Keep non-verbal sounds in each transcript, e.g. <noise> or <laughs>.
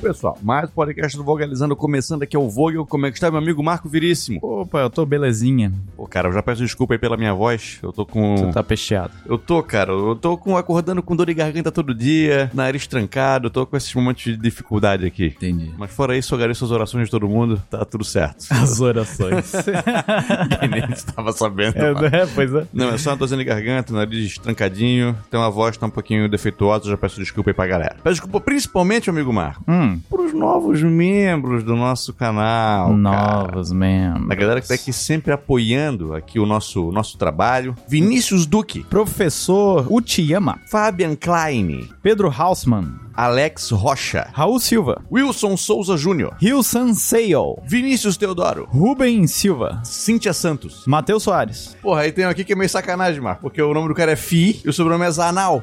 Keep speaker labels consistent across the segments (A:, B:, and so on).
A: pessoal? Mais um podcast do Vogalizando, começando aqui é o Vogel. Como é que está, meu amigo Marco Veríssimo?
B: Opa, eu tô belezinha.
A: Pô, cara, eu já peço desculpa aí pela minha voz. Eu tô com.
B: Você tá pesteado.
A: Eu tô, cara, eu tô com, acordando com dor de garganta todo dia, nariz trancado, eu tô com esses momentos de dificuldade aqui.
B: Entendi.
A: Mas fora isso, eu agradeço as orações de todo mundo, tá tudo certo. <laughs>
B: As orações.
A: É, Quem nem estava sabendo.
B: é, né? Pois é.
A: Não, é só uma dorzinha de garganta, nariz trancadinho, tem uma voz que tá um pouquinho defeituosa, eu já peço desculpa aí pra galera. Peço desculpa principalmente, meu amigo Marco,
B: Hum,
A: pros novos membros do nosso canal, cara.
B: novos membros.
A: A galera que tá aqui sempre apoiando aqui o nosso, o nosso trabalho. Vinícius Duque,
B: Professor Utiyama,
A: Fabian Klein,
B: Pedro Hausmann,
A: Alex Rocha,
B: Raul Silva,
A: Wilson Souza Júnior,
B: Rio Sanseio,
A: Vinícius Teodoro,
B: Rubem Silva,
A: Cíntia Santos.
B: Matheus Soares.
A: Porra, aí tem um aqui que é meio sacanagem, Marco, porque o nome do cara é Fi e o sobrenome é Zanal.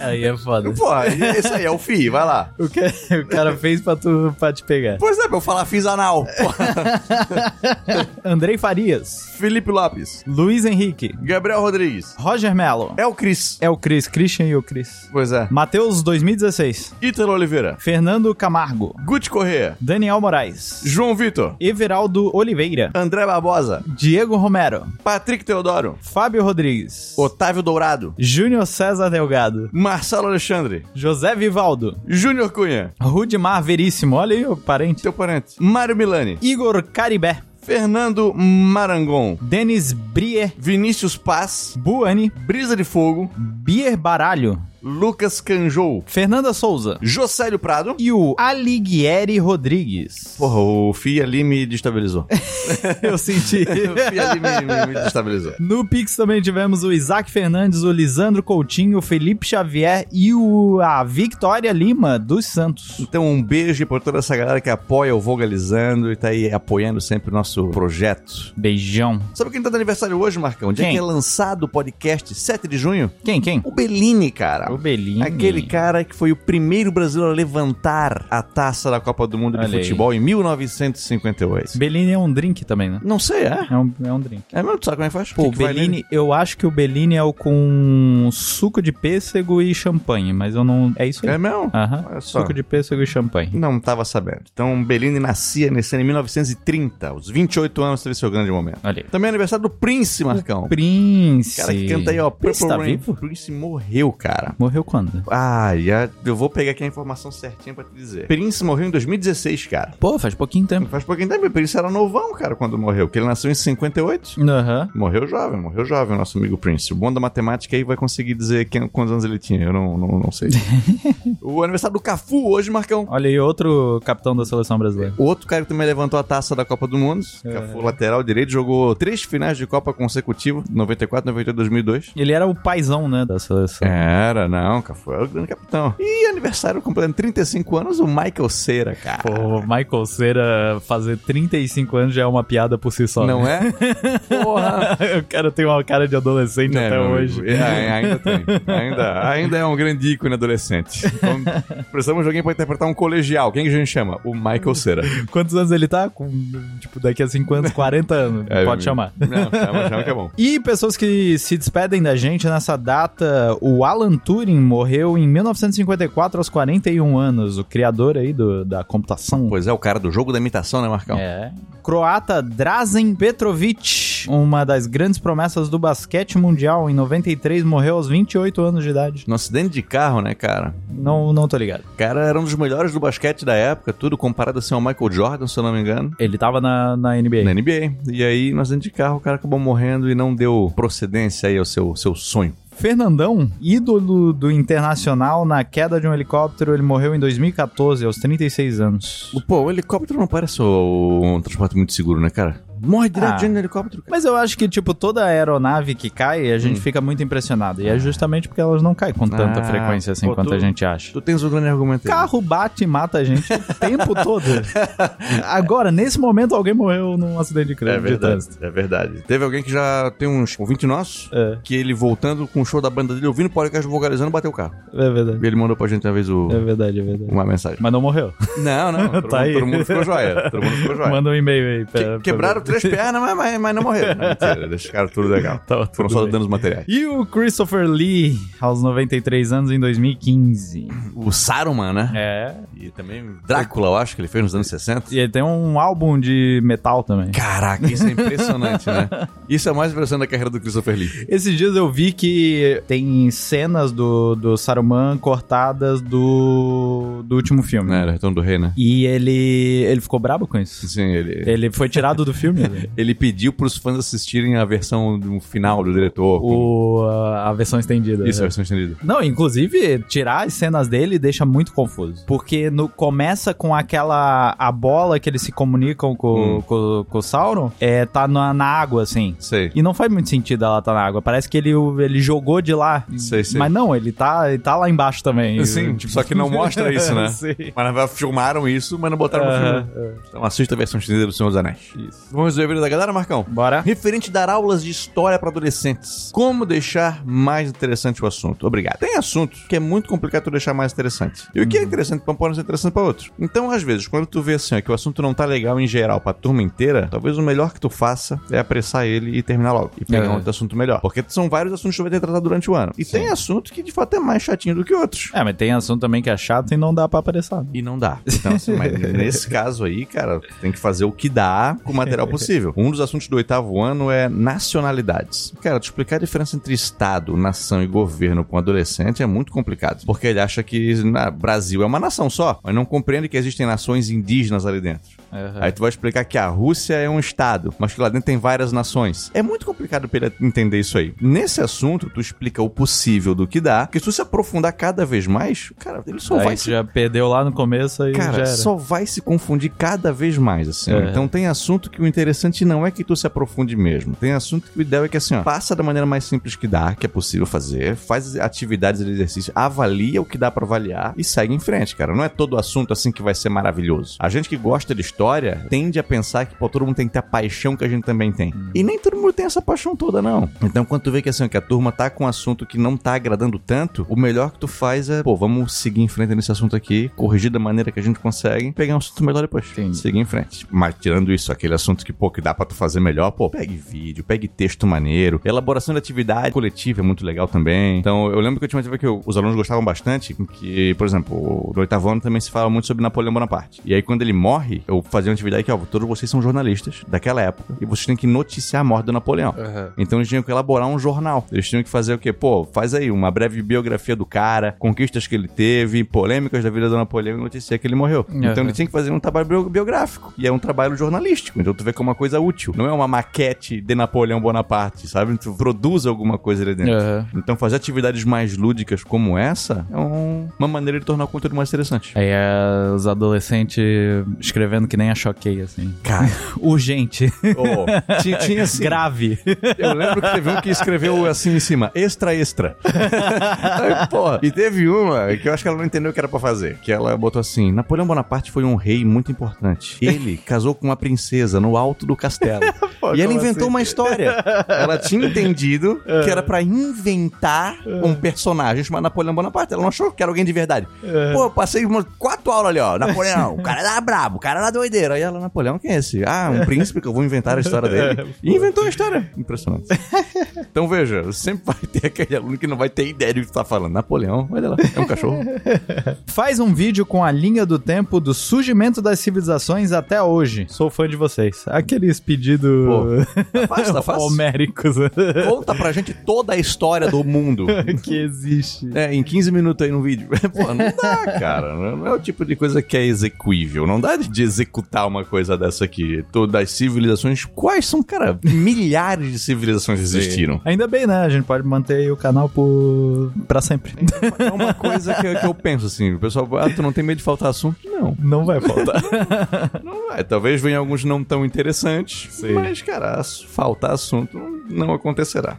B: Aí é foda.
A: <laughs> Porra, esse aí <laughs> é o Fi, vai lá.
B: O, que, o cara fez pra, tu, pra te pegar.
A: Pois é, pra eu falar Fi Zanal. Porra.
B: Andrei Farias,
A: Felipe Lopes,
B: Luiz Henrique,
A: Gabriel Rodrigues,
B: Roger Mello.
A: é o Cris.
B: É o Cris, Christian e o Cris.
A: Pois é.
B: Matheus 2016,
A: Ítalo Oliveira,
B: Fernando Camargo,
A: Guti Corrêa,
B: Daniel Moraes,
A: João Vitor,
B: Everaldo Oliveira,
A: André Barbosa,
B: Diego Romero,
A: Patrick Teodoro,
B: Fábio Rodrigues,
A: Otávio Dourado,
B: Júnior César Delgado,
A: Marcelo Alexandre,
B: José Vivaldo,
A: Júnior Cunha,
B: Rudimar Veríssimo, olha aí o parente,
A: teu parente, Mário Milani,
B: Igor Caribé,
A: Fernando Marangon,
B: Denis Brier,
A: Vinícius Paz,
B: Buani,
A: Brisa de Fogo,
B: Bier Baralho,
A: Lucas Canjou,
B: Fernanda Souza
A: Jocélio Prado.
B: e o Alighieri Rodrigues.
A: Porra, o Fia ali me destabilizou.
B: <laughs> Eu senti.
A: o Fia ali me, me- me destabilizou.
B: No Pix também tivemos o Isaac Fernandes, o Lisandro Coutinho, o Felipe Xavier e o, a Victoria Lima dos Santos.
A: Então, um beijo pra toda essa galera que apoia o Vogalizando e tá aí apoiando sempre o nosso projeto.
B: Beijão.
A: Sabe quem tá de aniversário hoje, Marcão? Dia
B: Quem?
A: que é lançado o podcast, 7 de junho?
B: Quem, quem?
A: O Bellini, cara.
B: O Belini.
A: Aquele cara que foi o primeiro brasileiro a levantar a taça da Copa do Mundo de
B: Olha aí.
A: Futebol em 1958.
B: Belini é um drink também, né?
A: Não sei, é?
B: É um, é um drink.
A: É mesmo? Tu sabe como é que faz?
B: Pô,
A: O
B: o Bellini, eu acho que o Bellini é o com suco de pêssego e champanhe, mas eu não. É isso aí?
A: É mesmo?
B: Aham.
A: Olha só.
B: Suco de pêssego e champanhe.
A: Não tava sabendo. Então, Bellini nascia nesse ano em 1930. Aos 28 anos teve seu grande momento.
B: Olha aí.
A: Também é aniversário do Prince, Marcão.
B: Prince.
A: Cara que canta aí, ó.
B: Prince tá
A: Rain.
B: vivo?
A: Prince morreu, cara.
B: Morreu quando?
A: Ah, já, eu vou pegar aqui a informação certinha pra te dizer. Prince morreu em 2016, cara.
B: Pô, faz pouquinho tempo.
A: Faz pouquinho tempo. Prince era novão, cara, quando morreu. Porque ele nasceu em 58.
B: Aham.
A: Morreu jovem, morreu jovem o nosso amigo Prince. O bom da matemática aí vai conseguir dizer quem- quantos anos ele tinha. Eu não, não, não sei. o aniversário do Cafu hoje, Marcão.
B: Olha aí, outro capitão da seleção brasileira.
A: O Outro cara que também levantou a taça da Copa do Mundo. Cafu, lateral direito, jogou três finais de Copa consecutiva: 94, 92, 2002.
B: Ele era o paizão, né, da seleção.
A: Era, não, Cafu era o grande capitão. E aniversário completando 35 anos, o Michael Cera, cara.
B: Pô, Michael Cera fazer 35 anos já é uma piada por si só.
A: Não é? Porra!
B: <laughs> o cara tem uma cara de adolescente
A: É,
B: até
A: meu
B: hoje.
A: amigo, é, ainda tem. Ainda, ainda é um grande ícone adolescente.
B: <laughs>
A: Então, precisamos de alguém pra interpretar um colegial. Quem que a gente chama? O Michael
B: <laughs>
A: Cera.
B: <laughs> Quantos anos ele tá? Com, tipo, daqui a 50, 40 anos.
A: <laughs> É, meu
B: Pode
A: amigo.
B: chamar.
A: Não, chama, chama que é bom.
B: E pessoas que se despedem da gente nessa data, o Alan Turing morreu em 1954 aos 41 anos, o criador aí do, da computação.
A: Pois é, o cara do jogo da imitação, né, Marcão?
B: É. Croata Drazen Petrovic, uma das grandes promessas do basquete mundial em 93, morreu aos 28 anos de idade.
A: No acidente de carro, né, cara?
B: Não, não tô ligado.
A: O cara era um dos melhores do basquete da época, tudo comparado assim ao Michael Jordan, se eu não me engano.
B: Ele tava na, na NBA.
A: Na NBA. E aí, no acidente de carro, o cara acabou morrendo e não deu procedência aí ao seu, seu sonho.
B: Fernandão, ídolo do Internacional na queda de um helicóptero, ele morreu em 2014, aos 36 anos.
A: Pô, o helicóptero não parece o- um transporte muito seguro, né, cara? Morre direto
B: Ah.
A: de no helicóptero, cara.
B: Mas eu acho que, tipo, toda aeronave que cai, a gente
A: Hum.
B: fica muito impressionado. E é justamente porque elas não caem com tanta
A: Ah,
B: frequência assim
A: pô,
B: quanto
A: tu-
B: a gente acha.
A: Tu tens um grande argumento aí.
B: Carro bate e mata a gente
A: <laughs>
B: o tempo todo. Agora, nesse momento, alguém morreu num acidente de
A: É
B: crédito de
A: verdade,
B: trânsito.
A: é verdade. Teve alguém que já tem uns ouvinte nosso,
B: É,
A: que ele voltando com o show da banda dele, ouvindo o podcast vocalizando, bateu o carro.
B: é verdade.
A: E ele mandou pra gente uma vez o-
B: É verdade, é verdade.
A: uma mensagem.
B: Mas não morreu. <laughs>
A: Não, não.
B: Tá
A: <laughs> todo, mundo,
B: aí.
A: todo mundo ficou joia. Todo mundo ficou joia.
B: Manda um e-mail aí. pra-
A: Que- quebraram, três pernas, mas, mas, mas não
B: <laughs>
A: morreram. Não, mentira, deixaram tudo legal. Foram
B: Tava Tá tudo
A: só
B: bem.
A: danos materiais.
B: E o Christopher Lee, aos 93 anos, em 2015.
A: O Saruman, né?
B: É.
A: E também Drácula, eu acho que ele fez nos anos 60.
B: E ele tem um álbum de metal também.
A: Caraca, isso é impressionante,
B: <laughs>
A: né? Isso é a mais impressionante da carreira do Christopher Lee.
B: Esses dias eu vi que tem cenas do, do Saruman cortadas do, do último filme.
A: Né, era Retorno do Rei, né?
B: E ele, ele ficou brabo com isso.
A: Sim, ele...
B: Ele foi tirado do <laughs> filme. né?
A: Ele pediu pros fãs assistirem a versão do final do diretor.
B: o, a, a versão estendida.
A: Isso, a
B: né?
A: versão estendida.
B: Não, inclusive, tirar as cenas dele deixa muito confuso. Porque no, começa com aquela. a bola que eles se comunicam com,
A: Hum.
B: com, com o Sauron, é, tá na, na água, assim.
A: Sei.
B: E não faz muito sentido ela tá na água. Parece que ele, ele jogou de lá.
A: Sei, sei.
B: Mas não, ele tá, ele tá lá embaixo também.
A: <laughs> Sim,
B: Tipo,
A: só que não mostra isso, né?
B: <laughs> Sim.
A: Mas na verdade, filmaram isso, mas não botaram no filme. Então assista a versão estendida do Senhor dos Anéis.
B: Isso.
A: Vamos resolver a vida da galera, Marcão?
B: Bora.
A: Referente a dar aulas de história para adolescentes. Como deixar mais interessante o assunto? Obrigado. Tem assuntos que é muito complicado tu deixar mais interessante. E o que é interessante para um pode não ser interessante para outro. Então, às vezes, quando tu vê assim, ó, que o assunto não tá legal em geral para turma inteira, talvez o melhor que tu faça é apressar ele e terminar logo. E pegar
B: É.
A: um outro assunto melhor. Porque são vários assuntos que tu vai ter que tratar durante o ano. E tem assunto que de fato é mais chatinho do que outros.
B: É, mas tem assunto também que é chato e não dá pra aparecer.
A: E não dá. Então, assim, mas nesse caso aí, cara, tem que fazer o que dá com o material possível. Um dos assuntos do oitavo ano é nacionalidades. Cara, te explicar a diferença entre Estado, nação e governo com um adolescente é muito complicado. Porque ele acha que na, Brasil é uma nação só, mas não compreende que existem nações indígenas ali dentro.
B: É.
A: Aí tu vai explicar que a Rússia é um estado, mas que lá dentro tem várias nações. É muito complicado pra ele entender isso aí. Nesse assunto, tu explica o possível do que dá, porque se tu se aprofundar cada vez mais, cara, ele só
B: Aí
A: vai
B: tu
A: se
B: já perdeu lá no começo e já
A: Cara,
B: era.
A: só vai se confundir cada vez mais, assim. ó.
B: É.
A: Então tem assunto que o interessante não é que tu se aprofunde mesmo. Tem assunto que o ideal é que, assim, ó, passa da maneira mais simples que dá, que é possível fazer, faz atividades de exercício, avalia o que dá pra avaliar e segue em frente, cara. Não é todo assunto, assim, que vai ser maravilhoso. A gente que gosta de história tende a pensar que, pô, todo mundo tem que ter a paixão que a gente também tem. E nem todo mundo tem essa paixão toda, não. Então, quando tu vê que, assim, ó, que a turma tá com um assunto que não tá agradando tanto, o melhor que tu faz é, pô, vamos seguir em frente nesse assunto aqui, corrigir da maneira que a gente consegue, pegar um assunto melhor depois.
B: Entendi.
A: Seguir em frente. Mas tirando isso, aquele assunto que, pô, que dá pra tu fazer melhor, pô, pegue vídeo, pegue texto maneiro. Elaboração de atividade coletiva é muito legal também. Então, eu lembro que eu tinha uma atividade que eu- os alunos gostavam bastante, em que, por exemplo, no oitavo ano também se fala muito sobre Napoleão Bonaparte. E aí, quando ele morre, eu fazia uma atividade que, ó, todos vocês são jornalistas daquela época e vocês têm que noticiar a morte do Napoleão. Então eles tinham que elaborar um jornal. Eles tinham que fazer o quê? Pô, faz aí uma breve biografia do cara, conquistas que ele teve, polêmicas da vida do Napoleão e notícia que ele morreu. Então ele tinha que fazer um trabalho bio- biográfico. E é um trabalho jornalístico. Então tu vê como uma coisa útil. Não é uma maquete de Napoleão Bonaparte, sabe? Tu produz alguma coisa ali dentro.
B: Aham.
A: Então fazer atividades mais lúdicas como essa é um- uma maneira de tornar o conteúdo mais interessante.
B: Aí é os adolescentes escrevendo que nem a choquei, assim.
A: Cara,
B: <laughs> Urgente.
A: oh, tinha, tinha assim,
B: Grave.
A: Eu lembro que teve um que escreveu assim em cima, extra, extra. Aí, porra, e teve uma que eu acho que ela não entendeu o que era pra fazer. Que ela botou assim: Napoleão Bonaparte foi um rei muito importante. Ele casou com uma princesa no alto do castelo. e ela
B: como
A: inventou uma história. Ela tinha entendido que era pra inventar um personagem chamado Napoleão Bonaparte. Ela não achou que era alguém de verdade. Pô, eu passei umas quatro aulas ali, ó. Napoleão, o cara era brabo, o cara era doideiro. Aí ela, Napoleão, quem é esse? Ah, um príncipe que eu vou inventar a história dele. E inventou a história. Impressionante. Então veja, sempre vai ter aquele aluno que não vai ter ideia do que tu tá falando. Napoleão, olha lá, é um cachorro.
B: Faz um vídeo com a linha do tempo do surgimento das civilizações até hoje. Sou fã de vocês. Aqueles pedidos <laughs>
A: Tá fácil, tá fácil.
B: homéricos <laughs>
A: Conta pra gente toda a história do mundo.
B: que existe.
A: É, em 15 minutos aí no vídeo. <laughs> Pô, não dá, cara. Não é o tipo de coisa que é execuível. Não dá de executar uma coisa dessa aqui. Todas as civilizações. Quais são, cara? Milhares de civilizações existiram.
B: Ainda bem, né? A gente pode manter o canal por... pra sempre. <laughs>
A: É uma coisa que, que eu penso assim. O pessoal, ah, tu não tem medo de faltar assunto? Não.
B: Não vai faltar.
A: Não vai. Então, é, Talvez venham alguns não tão interessantes.
B: Sim.
A: Mas, cara, ass- faltar assunto não acontecerá.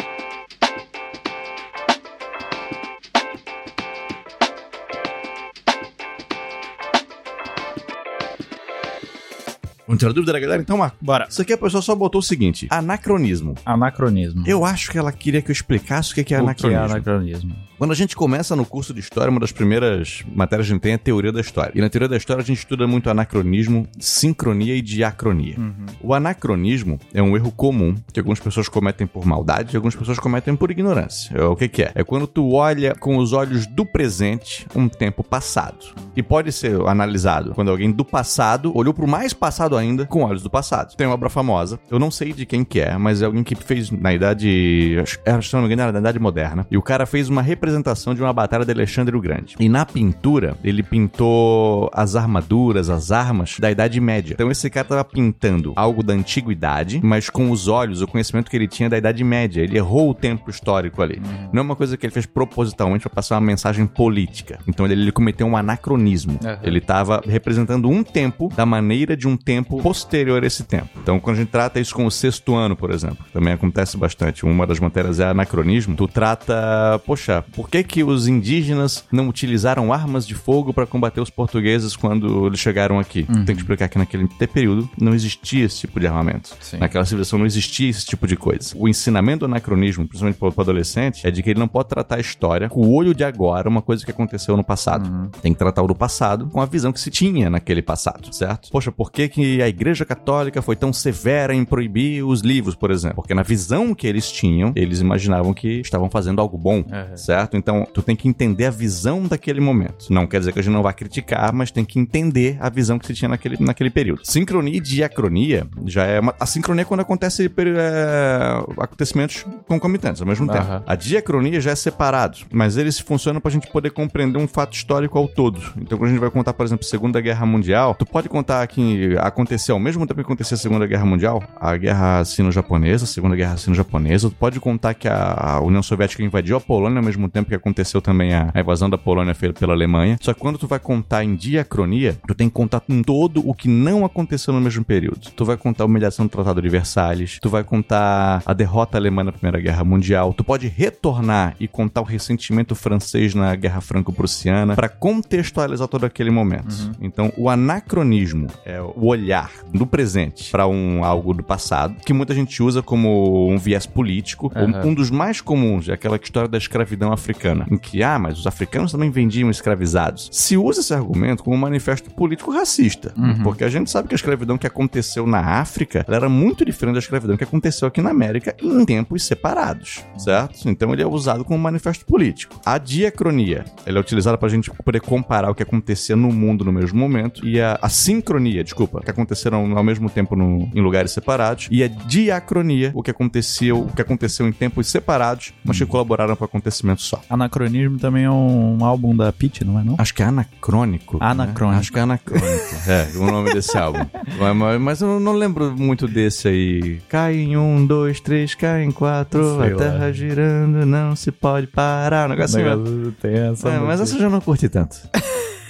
A: Não tirar dúvida da galera? Então, Marco.
B: <laughs> Bora.
A: Isso aqui a pessoa só botou o seguinte: anacronismo.
B: Anacronismo.
A: Eu acho que ela queria que eu explicasse o que que é
B: o que é
A: anacronismo.
B: anacronismo?
A: Quando a gente começa no curso de história, uma das primeiras matérias que a gente tem é a teoria da história. E na teoria da história a gente estuda muito anacronismo, sincronia e diacronia. O anacronismo é um erro comum que algumas pessoas cometem por maldade e algumas pessoas cometem por ignorância. É O que, que é? É quando tu olha com os olhos do presente um tempo passado. E pode ser analisado quando alguém do passado olhou pro mais passado ainda com olhos do passado. Tem uma obra famosa, eu não sei de quem que é, mas é alguém que fez na idade. acho- é, Se não me engano, era na idade moderna. E o cara fez uma representação de uma batalha de Alexandre o Grande. E na pintura, ele pintou as armaduras, as armas da Idade Média. Então esse cara tava pintando algo da antiguidade, mas com os olhos, o conhecimento que ele tinha da Idade Média. Ele errou o tempo histórico ali. Não é uma coisa que ele fez propositalmente pra passar uma mensagem política. Então ele, ele cometeu um anacronismo.
B: Aham.
A: Ele estava representando um tempo da maneira de um tempo posterior a esse tempo. Então, quando a gente trata isso com o sexto ano, por exemplo, que também acontece bastante. Uma das matérias é anacronismo. Tu trata, poxa, por que que os indígenas não utilizaram armas de fogo para combater os portugueses quando eles chegaram aqui? Tem que explicar que naquele período não existia esse tipo de armamento.
B: Sim.
A: Naquela civilização não existia esse tipo de coisa. O ensinamento do anacronismo, principalmente para o adolescente, é de que ele não pode tratar a história com o olho de agora, uma coisa que aconteceu no passado. Tem que tratar o do passado com a visão que se tinha naquele passado, certo? Poxa, por que, que a Igreja Católica foi tão severa em proibir os livros, por exemplo? Porque na visão que eles tinham, eles imaginavam que estavam fazendo algo bom,
B: Aham.
A: certo? Então, tu tem que entender a visão daquele momento. Não quer dizer que a gente não vá criticar, mas tem que entender a visão que se tinha naquele, naquele período. Sincronia e diacronia já é uma... A sincronia é quando acontece per- é, acontecimentos concomitantes ao mesmo tempo.
B: Aham.
A: A diacronia já é separado, mas eles funcionam pra gente poder compreender um fato histórico ao todo. Então, quando a gente vai contar, por exemplo, Segunda Guerra Mundial, tu pode contar que aconteceu ao mesmo tempo que acontecia a Segunda Guerra Mundial, a Guerra Sino-Japonesa, a Segunda Guerra Sino-Japonesa, tu pode contar que a União Soviética invadiu a Polônia ao mesmo tempo que aconteceu também a a invasão da Polônia fe- pela Alemanha. Só que quando tu vai contar em diacronia, tu tem que contar com todo o que não aconteceu no mesmo período. Tu vai contar a humilhação do Tratado de Versalhes, tu vai contar a derrota alemã na Primeira Guerra Mundial, tu pode retornar e contar o ressentimento francês na Guerra Franco-Prussiana pra contextualizar todo aquele momento. Então, o anacronismo é o olhar do presente pra um algo do passado, que muita gente usa como um viés político, ou
B: Aham.
A: um dos mais comuns é aquela história da escravidão africana, em que, ah, mas os africanos também vendiam escravizados. Se usa esse argumento como um manifesto político racista, porque a gente sabe que a escravidão que aconteceu na África ela era muito diferente da escravidão que aconteceu aqui na América em tempos separados, certo? Então ele é usado como manifesto político. A diacronia, ela é utilizada para a gente poder comparar o que acontecia no mundo no mesmo momento e a, a sincronia, desculpa, que aconteceram ao mesmo tempo no- em lugares separados e a diacronia, o que aconteceu, o que aconteceu em tempos separados, mas que colaboraram para acontecimento só.
B: Anacronismo também é um álbum da Pitt, não é não?
A: Acho que é anacrônico. né?
B: Anacrônico.
A: Acho que é anacrônico. <laughs> é, o nome desse álbum. Mas- Mas, mas eu não lembro muito desse aí. Cai em um, dois, três, cai em quatro.
B: Sei
A: a
B: lá.
A: terra girando, não se pode parar. Um negócio assim.
B: Negócio tem essa
A: É, mas
B: música.
A: essa eu já não curti
B: <laughs>
A: tanto.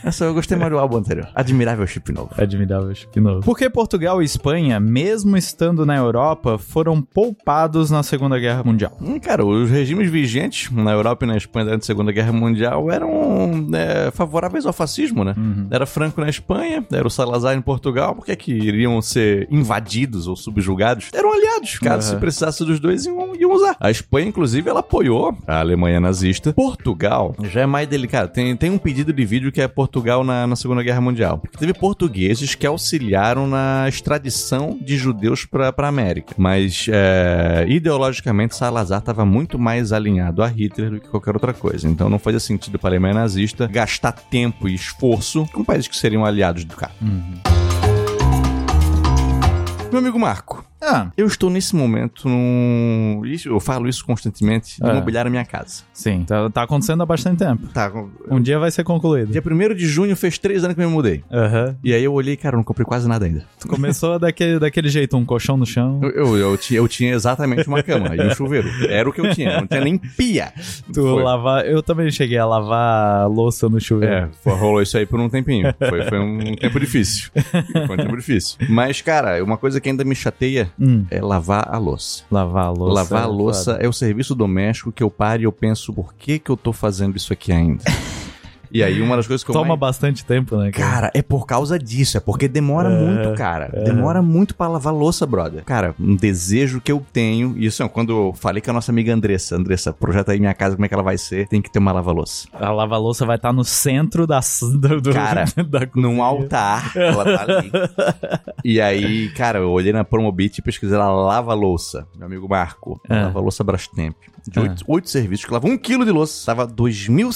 A: essa eu gostei mais do álbum anterior. Admirável Chip Novo.
B: Admirável chip novo. Por que Portugal e Espanha, mesmo estando na Europa, foram poupados na Segunda Guerra Mundial?
A: Hum, Cara, os regimes vigentes na Europa e na Espanha durante a Segunda Guerra Mundial eram né, favoráveis ao fascismo, né? Era Franco na Espanha, era o Salazar em Portugal, por que é que iriam ser invadidos ou subjugados? Eram aliados, caso
B: Aham.
A: se precisasse dos dois, iam, iam usar. A Espanha, inclusive, ela apoiou a Alemanha nazista. Portugal já é mais delicado. Tem, tem um pedido de vídeo que é Portugal na, na Segunda Guerra Mundial. Porque teve portugueses que auxiliaram na extradição de judeus pra, pra América. Mas, é, ideologicamente, Salazar estava muito mais alinhado a Hitler do que qualquer outra coisa. Então não fazia sentido para a Alemanha nazista gastar tempo e esforço com países que seriam aliados do cara. Meu amigo Marco,
B: Ah,
A: eu estou nesse momento num. isso- Eu falo isso constantemente, de
B: É.
A: imobiliar a minha casa.
B: sim. Tá, tá acontecendo há bastante tempo.
A: Tá.
B: Um dia vai ser concluído.
A: Dia 1 de junho fez três anos que eu me mudei.
B: Aham.
A: E aí eu olhei, cara, eu não comprei quase nada ainda.
B: Começou daquele, daquele jeito, um colchão no <laughs> chão.
A: Eu, eu, eu tinha, eu tinha exatamente uma cama e um chuveiro. Era o que eu tinha, não tinha nem pia.
B: Tu
A: Foi.
B: lavar. Eu também cheguei a lavar a louça no chuveiro.
A: É, foi- rolou isso aí por um tempinho. Foi, foi um tempo difícil. Foi um tempo difícil. Mas, cara, uma coisa que ainda me chateia
B: Hum.
A: é lavar a louça.
B: Lavar a louça. é
A: Lavar a é louça é o serviço doméstico que eu paro e eu penso, por que que eu tô fazendo isso aqui ainda? E aí uma das coisas que eu
B: Toma
A: mais...
B: bastante tempo, né? cara?
A: Cara, é por causa disso. É porque demora muito, cara.
B: é.
A: Demora muito pra lavar louça, brother. Cara, um desejo que eu tenho. e Isso é quando eu falei com a nossa amiga Andressa. Andressa, projeta aí minha casa, como é que ela vai ser? Tem que ter uma lava-louça.
B: A lava-louça vai estar no centro da, <laughs> do, do-
A: Cara,
B: da
A: Num altar, ela tá ali. e aí, cara, eu olhei na Promobit e pesquisei lá lava-louça. Meu amigo Marco.
B: Ah.
A: Lava-louça Brastemp. De
B: Ah.
A: oito, oito serviços que lavam um quilo de louça. Tava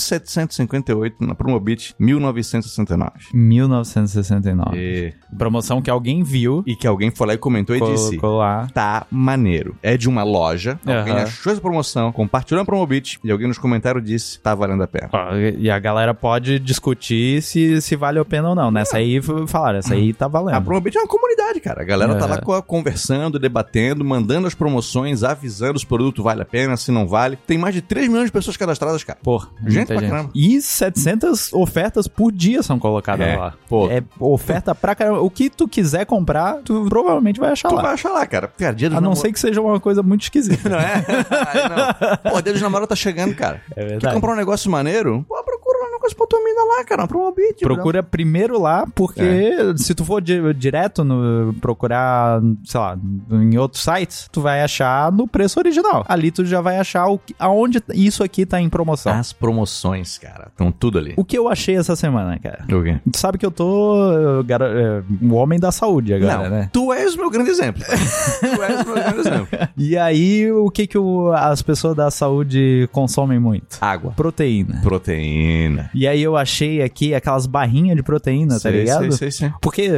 A: 2.758 na Promobit, 1969.
B: 1969.
A: E,
B: Promoção que alguém viu
A: e que alguém foi lá e comentou e disse...
B: colocou lá.
A: tá maneiro. É de uma loja, alguém
B: Aham.
A: achou essa promoção, compartilhou na Promobit e alguém nos comentários disse, tá valendo a pena.
B: Ó, E a galera pode discutir se, se vale a pena ou não. Nessa aí f- falaram, essa aí tá
A: A
B: valendo.
A: Promobit é uma comunidade, cara. A galera tá
B: Aham.
A: lá co- conversando, debatendo, mandando as promoções, avisando se o produto vale a pena, se não vale. Tem mais de 3 milhões de pessoas cadastradas, cara.
B: Porra,
A: Gente
B: muita
A: pra caramba.
B: E 700 ofertas por dia são colocadas
A: É,
B: lá.
A: pô.
B: É oferta pra caramba. O que tu quiser comprar, tu provavelmente vai achar
A: Tu
B: lá.
A: vai achar lá, cara. Cara, dia dos
B: A não
A: namoro-
B: ser que seja uma coisa muito esquisita.
A: Não <laughs> é? Aí não. Pô, dia dos namorados tá chegando, cara.
B: É
A: Quer
B: verdade.
A: comprar um negócio maneiro? Pô, procura um negócio pra tua mina lá, cara. Na Promobit.
B: Procura primeiro lá, porque
A: É.
B: se tu for di- direto no procurar, sei lá, em outros sites, tu vai achar no preço original. Ali tu já vai achar o que- aonde isso aqui tá em promoção.
A: As promoções, cara. Estão tudo ali.
B: O que eu achei essa semana, cara?
A: O quê?
B: Tu sabe que eu tô eh, garo- eh, um homem da saúde agora, né?
A: Tu és o meu grande exemplo. tu és o meu grande exemplo.
B: E aí, o que que o- as pessoas da saúde consomem muito?
A: Água.
B: Proteína.
A: Proteína.
B: E aí eu achei aqui aquelas barrinhas de proteína, tá
A: Sei,
B: ligado?
A: sei, sei, sei.
B: Porque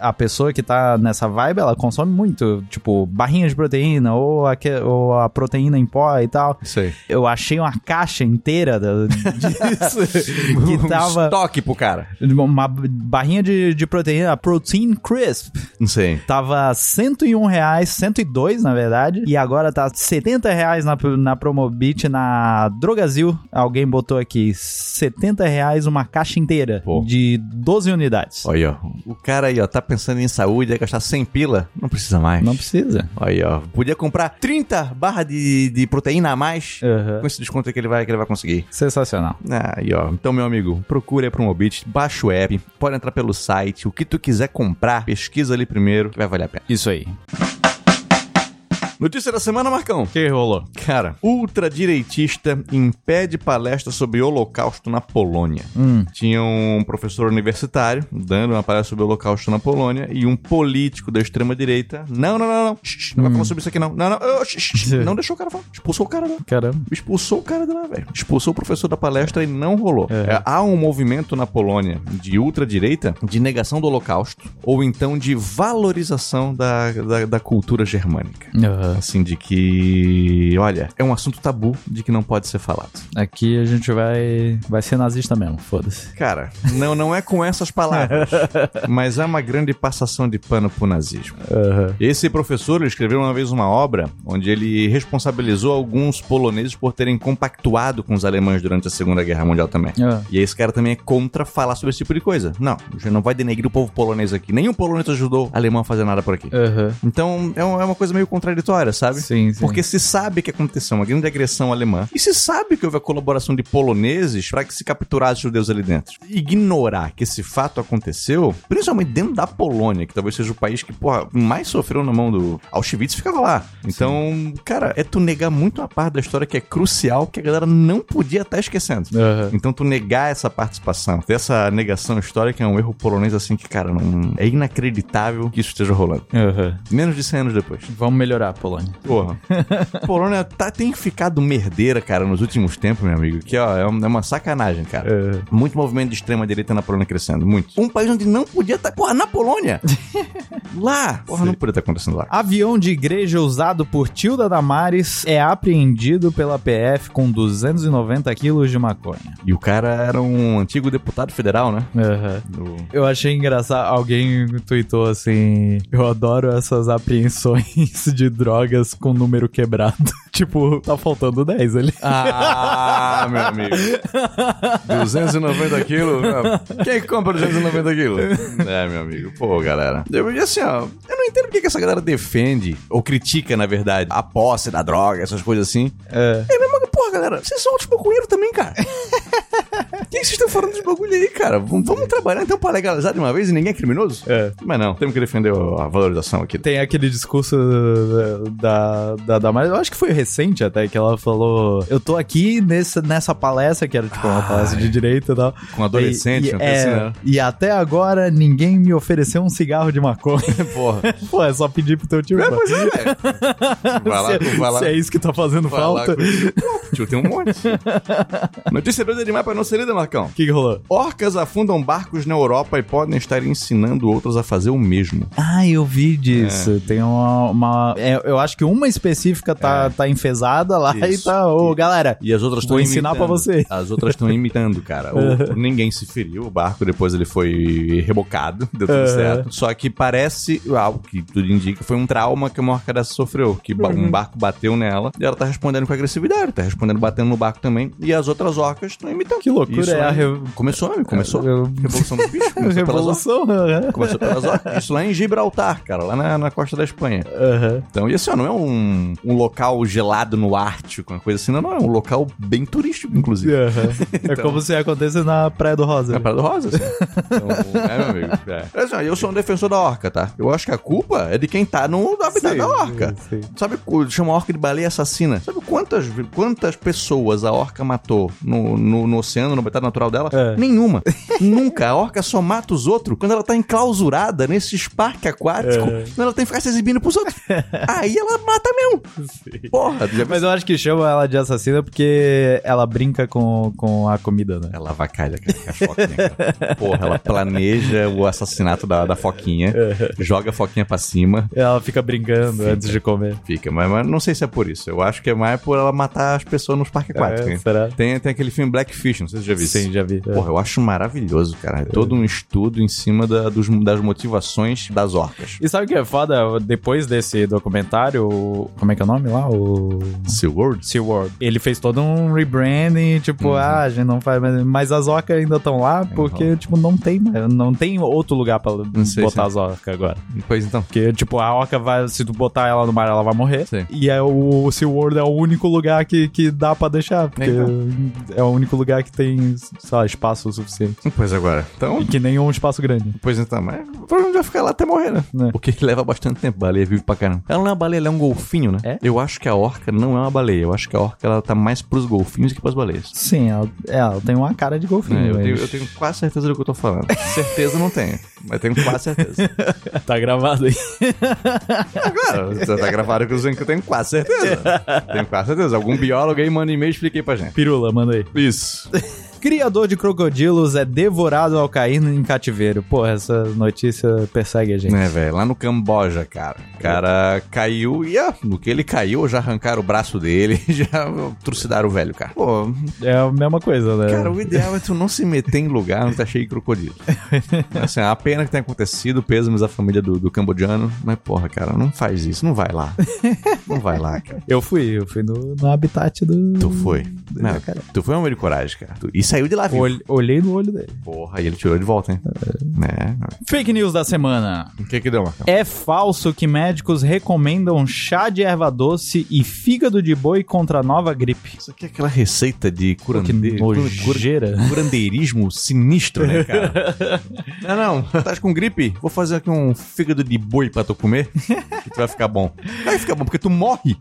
B: a pessoa que tá nessa vibe, ela consome muito, tipo, barrinhas de proteína ou a, ou a proteína em pó e tal.
A: Sei.
B: Eu achei uma caixa inteira da- <laughs> disso <laughs> que
A: Um
B: tava
A: estoque pro cara.
B: uma barrinha de, de proteína, a Protein Crisp,
A: Não sei.
B: tava R$ 101 reais, 102 na verdade, e agora tá R$ 70 reais na, na Promobit, na Drogazil, alguém botou aqui, R$ 70 reais uma caixa inteira
A: Pô.
B: de 12 unidades.
A: Olha aí, ó. O cara aí, ó, tá pensando em saúde, vai gastar 100 pila. Não precisa mais.
B: Não precisa.
A: Olha Aí, ó. Podia comprar 30 barras de, de proteína a mais.
B: Aham.
A: Com esse desconto aí que ele vai, que ele vai conseguir.
B: Sensacional.
A: Ah, Aí, ó. Então, meu amigo, procura aí Promobit, baixa o app, pode entrar pelo site, o que tu quiser comprar, pesquisa ali primeiro, que vai valer a pena.
B: Isso aí.
A: Notícia da semana, Marcão.
B: que rolou?
A: Cara, ultradireitista impede palestra sobre holocausto na Polônia. Tinha um professor universitário dando uma palestra sobre holocausto na Polônia e um político da extrema-direita. Não, não, não, não. Shh, shh, não vai falar sobre isso aqui, não. Não, não. Oh, shh, shh, shh. não deixou o cara falar. Expulsou o cara lá.
B: Caramba.
A: Expulsou o cara de lá, velho. Expulsou o professor da palestra e não rolou. É, há um movimento na Polônia de ultradireita de negação do holocausto ou então de valorização da- da, da cultura germânica assim, de que, olha, é um assunto tabu de que não pode ser falado.
B: Aqui a gente vai vai ser nazista mesmo, foda-se.
A: Cara, não, não é com essas <laughs> palavras, mas há uma grande passação de pano pro nazismo. Esse professor ele escreveu uma vez uma obra onde ele responsabilizou alguns poloneses por terem compactuado com os alemães durante a Segunda Guerra Mundial também.
B: Ah.
A: E aí esse cara também é contra falar sobre esse tipo de coisa. Não, a gente não vai denegrir o povo polonês aqui. Nenhum polonês ajudou o alemão a fazer nada por aqui. Então é um- é uma coisa meio contraditória, sabe?
B: Sim, sim.
A: Porque se sabe que aconteceu uma grande agressão alemã e se sabe que houve a colaboração de poloneses para que se capturasse judeus ali dentro. Ignorar que esse fato aconteceu, principalmente dentro da Polônia, que talvez seja o país que, porra, mais sofreu na mão do Auschwitz, ficava lá. Então, cara, é tu negar muito uma parte da história que é crucial, que a galera não podia estar esquecendo.
B: Aham.
A: Então tu negar essa participação, ter essa negação histórica é um erro polonês assim que, cara, não... é inacreditável que isso esteja rolando.
B: Aham.
A: Menos de 100 anos depois.
B: Vamos melhorar, Polônia.
A: Porra. Polônia tá, tem ficado merdeira, cara, nos últimos tempos, meu amigo. Que, ó, é, um- é uma sacanagem, cara. Muito movimento de extrema-direita na Polônia crescendo, muito. Um país onde não podia estar. Porra, na Polônia! lá! Porra, não podia estar acontecendo lá.
B: Avião de igreja usado por Tilda Damares é apreendido pela PF com 290 quilos de maconha.
A: E o cara era um antigo deputado federal, né? Do-
B: Eu achei engraçado, alguém tweetou assim: Eu adoro essas apreensões <laughs> de drogas com número quebrado. <laughs> tipo, tá faltando 10 ali.
A: Ah, meu amigo. 290 quilos? Não. Quem compra 290 quilos? É, meu amigo. Pô, galera. Eu, e assim, ó, eu não entendo porque que essa galera defende, ou critica, na verdade, a posse da droga, essas coisas assim.
B: É.
A: É mesmo que, porra, galera, vocês são outros maconheiros também, cara. que vocês estão falando de bagulho aí, cara? Vamos, vamos trabalhar então pra legalizar de uma vez e ninguém é criminoso?
B: É.
A: Mas não, temos que defender a valorização aqui.
B: Tem aquele discurso eh, da da Damares, eu acho que foi recente até, que ela falou: Eu tô aqui nessa, nessa palestra, que era tipo uma
A: Ai.
B: palestra de direito e tal.
A: Com um adolescente, assim,
B: e, e,
A: não
B: é, e até agora ninguém me ofereceu um cigarro de maconha. <laughs>
A: Porra. <laughs>
B: Pô, é só pedir pro teu tio.
A: É,
B: pô.
A: pois é, velho. Vai lá,
B: se,
A: vai lá.
B: se é isso que tá fazendo
A: Vai lá
B: falta.
A: com o tio. Tio, tem um monte. Notícia doida demais pra não ser lida, Marcão.
B: O que, que rolou?
A: Orcas afundam barcos na Europa e podem estar ensinando outros a fazer o mesmo.
B: Ah, eu vi
A: É.
B: disso. Tem uma. uma- é, eu acho que uma específica tá, tá enfesada lá
A: É. Isso.
B: e tá. Ô, galera.
A: E as outras
B: Vou
A: tão
B: ensinar
A: imitando.
B: pra vocês.
A: As outras estão imitando, cara.
B: <laughs>
A: O- ninguém se feriu, o barco depois ele foi rebocado, deu tudo
B: Uhum.
A: certo. Só que parece, algo que tudo indica, foi um trauma que uma orca dessa sofreu, que ba-
B: Uhum.
A: um barco bateu nela e ela tá respondendo com agressividade, tá respondendo batendo no barco também. E as outras orcas estão imitando.
B: Que loucura
A: Isso
B: é a
A: lá em-
B: rev-
A: Começou, meu, começou.
B: Eu-
A: Revolução dos bichos, começou pelas orcas.
B: Revolução. né?
A: Começou pelas orcas. Isso lá em Gibraltar, cara, lá na, na costa da Espanha.
B: Aham.
A: Então, e assim, ó, não é um, um local gelado no Ártico, uma coisa assim, não, não. É um local bem turístico, inclusive.
B: Aham. É como se acontecesse na Praia do Rosa. né?
A: É a Parada Rosa, assim. Então, é, meu amigo. É. Mas, assim, ó, eu sou um defensor da orca, tá? Eu acho que a culpa é de quem tá no habitat
B: Sim,
A: da orca.
B: sim, sim.
A: Sabe, o- chama orca de baleia assassina. Sabe quantas, quantas pessoas a orca matou no, no, no oceano, no habitat natural dela?
B: É.
A: Nenhuma. <laughs> Nunca. A orca só mata os outros quando ela tá enclausurada nesse parque aquático.
B: É.
A: Quando ela tem que ficar se exibindo pros outros. Aí ela mata mesmo. Porra, já
B: Mas eu acho que chama ela de assassina porque ela brinca com, com a comida, né?
A: Ela avacalha aquela a foquinha, cara. Porra, ela planeja o assassinato da, da foquinha, joga a foquinha pra cima,
B: Ela fica brincando antes de comer.
A: fica. Mas, mas não sei se é por isso. Eu acho que é mais por ela matar as pessoas nos parques aquáticos.
B: É,
A: né?
B: será?
A: Tem, tem aquele filme Blackfish, não sei se você já viu.
B: Sim, já vi. É.
A: Porra, eu acho maravilhoso, cara. É Todo um estudo em cima da- dos- das motivações das orcas.
B: E sabe o que é foda? Depois desse documentário, o- como é que é o nome lá? O
A: SeaWorld?
B: SeaWorld. Ele fez todo um rebranding, tipo, ah, a gente não faz mais. Mas as orcas ainda estão lá porque,
A: rola.
B: tipo, não tem, mais- não tem outro lugar pra
A: sei,
B: botar
A: sim.
B: as orcas agora.
A: Pois então.
B: Porque, tipo, a orca vai, se tu botar ela no mar, ela vai morrer.
A: Sim.
B: E é o SeaWorld é o único lugar que, que dá pra deixar, porque
A: Então.
B: é o único lugar que tem, sei lá, espaço o suficiente.
A: Pois agora. Então,
B: E que nem um espaço grande.
A: Pois então, mas provavelmente vai ficar lá até morrer, né?
B: É.
A: Porque leva bastante tempo. Baleia vive pra caramba. Ela não é uma baleia, ela é um golfinho, né?
B: É?
A: Eu acho que a orca não é uma baleia. Eu acho que a orca ela tá mais pros golfinhos do que pras baleias.
B: Sim, ela, é, ela tem uma cara de golfinho.
A: É, eu,
B: mas-
A: tenho,
B: <laughs>
A: eu tenho quase certeza do que eu tô falando. <laughs> Certeza não tenho, mas tenho quase certeza.
B: Tá gravado aí.
A: <laughs> Claro, você tá gravado que eu tenho- que eu tenho quase certeza. Tenho quase certeza. Algum biólogo aí manda um e-mail e expliquei pra gente.
B: Pirula, manda aí.
A: Isso.
B: Criador de crocodilos é devorado ao cair em cativeiro. Porra, essa notícia persegue a gente.
A: É, velho, lá no Camboja, cara. O cara caiu e, ah, no que ele caiu, já arrancaram o braço dele, <laughs> já trucidaram o velho, cara. Pô,
B: É a mesma coisa, né?
A: Cara, o ideal é tu não se meter em lugar onde tá cheio de <laughs> crocodilo. Assim, é uma pena que tenha acontecido, pêsames à família do, do cambodiano, mas porra, cara, não faz isso, não vai lá. Não vai lá, cara.
B: Eu fui, eu fui no, no habitat do.
A: Tu foi. Não,
B: cara.
A: tu foi um homem de coragem, cara. Tu- e saiu de lá vivo.
B: Olhe- olhei no olho dele.
A: Porra, e ele tirou de volta, hein? É.
B: Fake news da semana.
A: O que que deu, Marcão?
B: É falso que médicos recomendam chá de erva doce e fígado de boi contra a nova gripe.
A: Isso aqui é aquela receita de
B: Que
A: curande... cura-
B: nojeira.
A: curandeirismo sinistro, né, <laughs> cara? Não, não. Tá com gripe? Vou fazer aqui um fígado de boi pra tu comer, que tu vai ficar bom. Vai ficar bom, porque tu morre.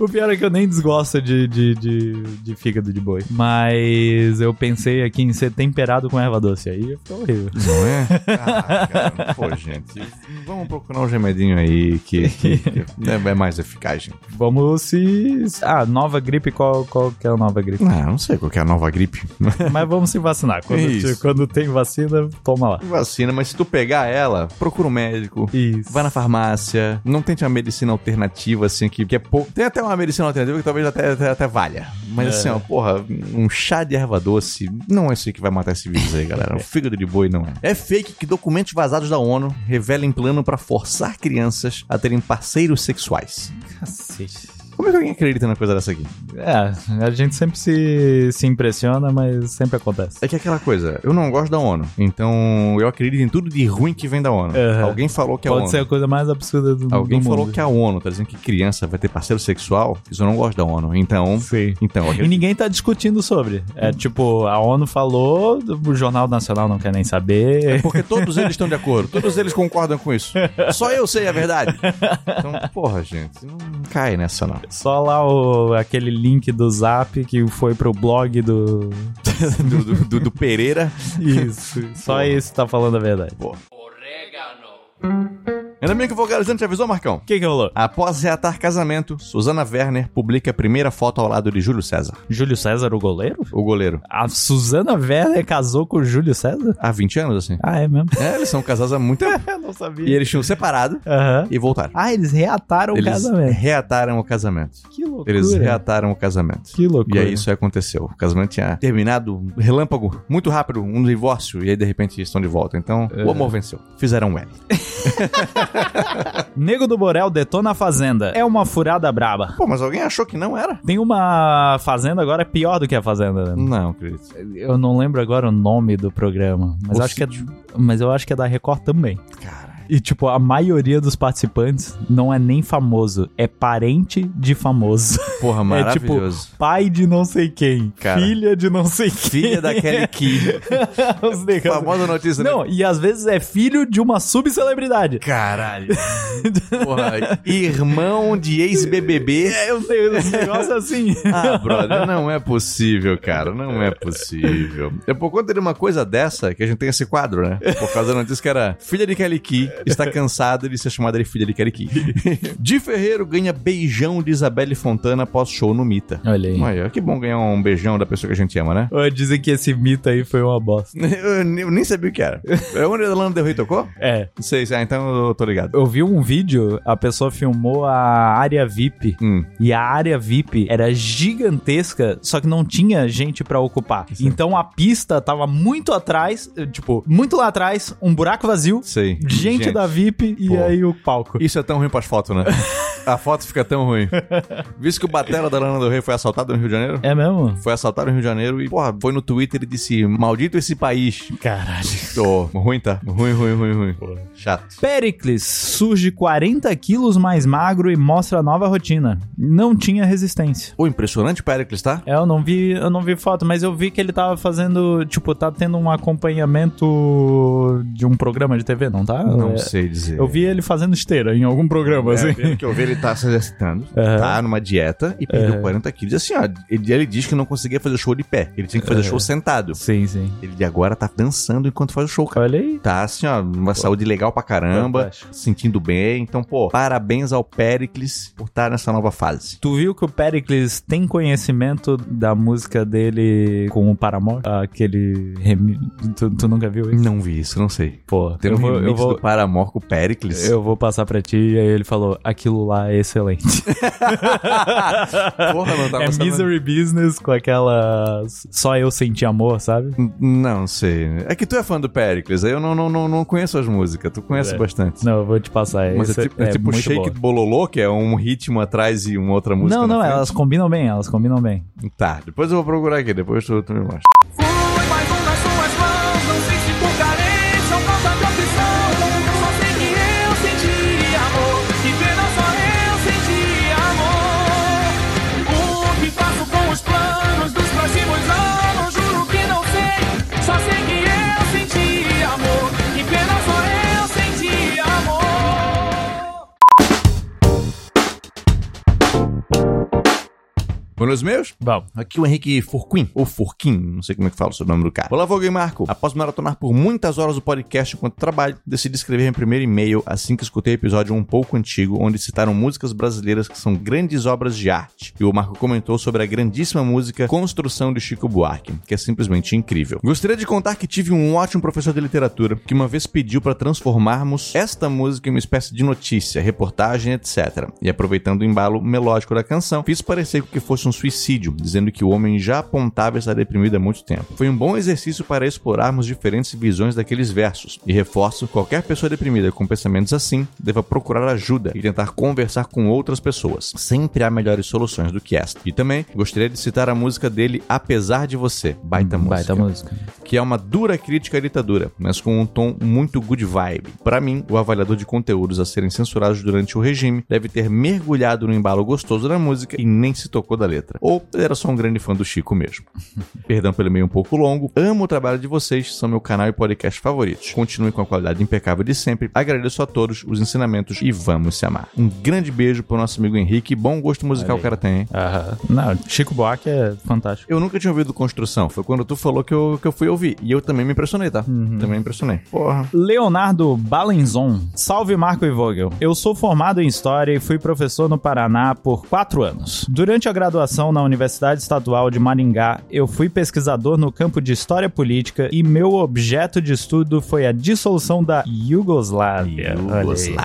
B: O pior é que eu nem desgosto de, de, de, de fígado de boi. Mas eu pensei aqui em ser temperado com erva doce. Aí ficou horrível.
A: Não é? Ah, cara, pô, gente. Vamos procurar um remedinho aí que, que- que é mais eficaz, gente.
B: Vamos se. Ah, nova gripe, qual, qual que é a nova <laughs> gripe?
A: Ah, não sei qual que é a nova gripe. <laughs>
B: Mas vamos se vacinar. Quando,
A: Isso.
B: quando tem vacina, toma lá.
A: Vacina, mas se tu pegar ela, procura um médico.
B: Isso.
A: Vai na farmácia, não tente uma medicina alternativa, assim, que, que é pouco. Tem até uma medicina alternativa que talvez até, até, até valha. Mas
B: É.
A: assim, ó, porra, um chá de erva doce não é isso aí que vai matar esse vírus aí, galera. O fígado de boi não é. É fake que documentos vazados da ONU revelem plano pra forçar crianças a terem parceiros sexuais.
B: Cacete.
A: Como é que alguém acredita na coisa dessa aqui?
B: É, a gente sempre se, se impressiona, mas sempre acontece.
A: É que é aquela coisa, eu não gosto da ONU, então eu acredito em tudo de ruim que vem da ONU.
B: Aham.
A: Alguém falou que é
B: Pode
A: ONU.
B: ser a coisa mais absurda do,
A: Alguém
B: do mundo.
A: falou que a ONU tá dizendo que criança vai ter parceiro sexual, isso eu não gosto da ONU. Então,
B: Sim.
A: então,
B: E ninguém tá discutindo sobre. É tipo, a ONU falou, o Jornal Nacional não quer
A: <laughs>
B: nem saber.
A: Porque todos eles estão de acordo, todos eles concordam com isso. Só eu sei a verdade. Então, porra, gente, não cai nessa não.
B: Só lá o, aquele link do Zap que foi pro
A: <laughs>
B: blog do.
A: Do, do- do- do Pereira.
B: Isso. <laughs> Só isso tá falando a verdade.
A: Pô. Ainda bem que o vocalizante te avisou, Marcão.
B: O que que rolou?
A: Após reatar casamento, Susana Werner publica a primeira foto ao lado de Júlio César,
B: Júlio César, o goleiro?
A: o goleiro.
B: A Suzana Werner casou com o Júlio César?
A: Há 20 anos, assim.
B: Ah,
A: <laughs>
B: é mesmo?
A: É, eles são casados há muito tempo.
B: Eu não sabia.
A: E eles tinham separado
B: Aham.
A: e voltaram.
B: Ah, eles reataram
A: Eles
B: o casamento.
A: reataram o casamento.
B: Que loucura.
A: Eles reataram o casamento.
B: Que loucura.
A: E aí isso aconteceu. O casamento tinha terminado um relâmpago, muito rápido, um divórcio, e aí de repente estão de volta. Então,
B: É.
A: o amor venceu. Fizeram um L.
B: Nego do Borel detona a fazenda. É uma furada braba.
A: Pô, mas alguém achou que não era?
B: Tem uma fazenda agora pior do que a fazenda. né?
A: Não, acredito.
B: Eu não lembro agora o nome do programa, mas
A: O
B: acho que é, mas eu acho que é da Record também.
A: Cara.
B: E tipo, a maioria dos participantes não é nem famoso, é parente de famoso. <laughs>
A: Porra,
B: É tipo,
A: maravilhoso.
B: pai de não sei quem,
A: Cara.
B: filha de não sei quem.
A: Filha da
B: <laughs>
A: Kelly Key.
B: Os negócios.
A: Famosa notícia, né?
B: Não, e às vezes é filho de uma subcelebridade. <laughs>
A: Caralho. Porra, irmão de ex-BBB.
B: É, eu sei, os negócios assim.
A: Ah, brother, não é possível, cara. Não é possível. É por conta de uma coisa dessa que a gente tem esse quadro, né? Por causa da notícia que era filha de Kelly Key está cansada de ser chamada de filha de Kelly Key. <laughs> Di Ferreiro ganha beijão de Isabelle Fontana após show no Mita.
B: <laughs> Olha aí.
A: Olha, que bom ganhar um beijão da pessoa que a gente ama, né? <laughs>
B: Ô, Dizem que esse mito aí foi uma bosta.
A: Eu, ne- eu nem sabia o que era. É onde a Lana Del Rey tocou?
B: É.
A: Não sei, ah, então eu tô ligado.
B: Eu vi um vídeo, a pessoa filmou a área VIP.
A: Hum.
B: E a área VIP era gigantesca, só que não tinha gente pra ocupar. Então a pista tava muito atrás, eh, tipo, muito lá atrás, um buraco vazio,
A: Sei.
B: gente, da VIP e
A: Pô.
B: aí o palco.
A: Isso é tão ruim pras fotos, né? A foto fica tão
B: <laughs>
A: ruim. Visto que o Batera da Lana do Rei foi assaltado no Rio de Janeiro?
B: É mesmo?
A: Foi assaltado no Rio de Janeiro e, porra, foi no Twitter e disse: Maldito esse país.
B: Caralho.
A: Tô ruim, tá? Ruim, ruim, ruim, ruim. Chato.
B: Pericles surge 40 quilos mais magro e mostra nova rotina. Não tinha resistência.
A: Ô, impressionante o Pericles, tá?
B: É, eu não vi, eu não vi foto, mas eu vi que ele tava fazendo, tipo, tá tendo um acompanhamento de um programa de TV, não tá?
A: Não
B: É,
A: sei dizer.
B: Eu vi ele fazendo esteira em algum programa, assim.
A: É, pelo que eu vi, ele tá se exercitando,
B: Aham.
A: tá numa dieta e perdeu 40 quilos. Assim, ó, ele, ele diz que não conseguia fazer show de pé. Ele tinha que fazer show sentado.
B: <laughs> Sim, sim.
A: Ele agora tá dançando enquanto faz o show, cara.
B: Olha aí.
A: Tá, assim, ó, uma saúde legal pra caramba,
B: Fantástico.
A: sentindo bem. Então, pô, parabéns ao Pericles por estar nessa nova fase.
B: Tu viu que o Pericles tem conhecimento da música dele com o Paramore? Aquele remi... tu, tu nunca viu isso?
A: Não vi isso, não sei.
B: Pô,
A: Tem um
B: eu vou, eu
A: remix
B: vou,
A: do Paramor com o Pericles.
B: eu vou passar pra ti. E aí ele falou, aquilo lá
A: <laughs>
B: é excelente.
A: <laughs> Porra, não tá tava
B: é
A: sabendo.
B: Misery Business com aquela... Só eu senti amor, sabe?
A: N- Não sei. É que tu é fã do Pericles, aí eu não, não, não, não conheço as músicas. Tu conhece
B: É.
A: bastante.
B: Não, eu vou te passar.
A: Mas
B: Isso
A: é tipo, é tipo
B: muito
A: Shake
B: boa.
A: do Bololô, que é um ritmo atrás e uma outra música. é
B: Não,
A: na
B: não,
A: frente.
B: elas combinam bem, elas combinam bem.
A: Tá, depois eu vou procurar aqui, depois tu, tu me mostra.
C: Fui mais um nas suas mãos, não sei se por carência ou falta de opção. Só sei que eu senti amor, que pena só eu senti amor. O que faço com os planos dos próximos anos, juro que não sei. Só sei que eu senti amor, que pena só eu senti amor.
A: Vamos nos meus?
B: Vamos.
A: Aqui o Henrique Furquim, ou Furquim, não sei como é que fala o sobrenome do cara. Olá, Vogue e Marco. Após maratonar por muitas horas o podcast enquanto trabalho, decidi escrever meu primeiro e-mail assim que escutei o episódio um pouco antigo, onde citaram músicas brasileiras que são grandes obras de arte. E o Marco comentou sobre a grandíssima música Construção de Chico Buarque, que é simplesmente incrível. Gostaria de contar que tive um ótimo professor de literatura que uma vez pediu para transformarmos esta música em uma espécie de notícia, reportagem, etc. E aproveitando o embalo melódico da canção, fiz parecer que fosse um suicídio, dizendo que o homem já apontava estar deprimido há muito tempo. Foi um bom exercício para explorarmos diferentes visões daqueles versos, e reforço, qualquer pessoa deprimida com pensamentos assim, deva procurar ajuda e tentar conversar com outras pessoas. Sempre há melhores soluções do que esta. E também gostaria de citar a música dele Apesar de Você, baita música
B: Baita música.
A: que é uma dura crítica à ditadura, mas com um tom muito good vibe. Para mim, o avaliador de conteúdos a serem censurados durante o regime deve ter mergulhado no embalo gostoso da música e nem se tocou da letra. Ou ele era só um grande fã do Chico mesmo. Perdão pelo meio um pouco longo. Amo o trabalho de vocês, são meu canal e podcast favoritos. Continuem com a qualidade impecável de sempre. Agradeço a todos os ensinamentos e vamos se amar. Um grande beijo pro nosso amigo Henrique. Bom gosto musical o cara tem, hein?
B: Aham. Não, Chico Buarque é fantástico.
A: Eu nunca tinha ouvido Construção. Foi quando tu falou que eu, que eu fui ouvir. E eu também me impressionei, tá?
B: Uhum.
A: Também me impressionei. Porra.
B: Leonardo Balenzon. Salve Marco e Vogel. Eu sou formado em História e fui professor no Paraná por quatro anos. Durante a graduação na Universidade Estadual de Maringá, eu fui pesquisador no campo de História Política e meu objeto de estudo foi a dissolução da Iugoslávia. Olha aí.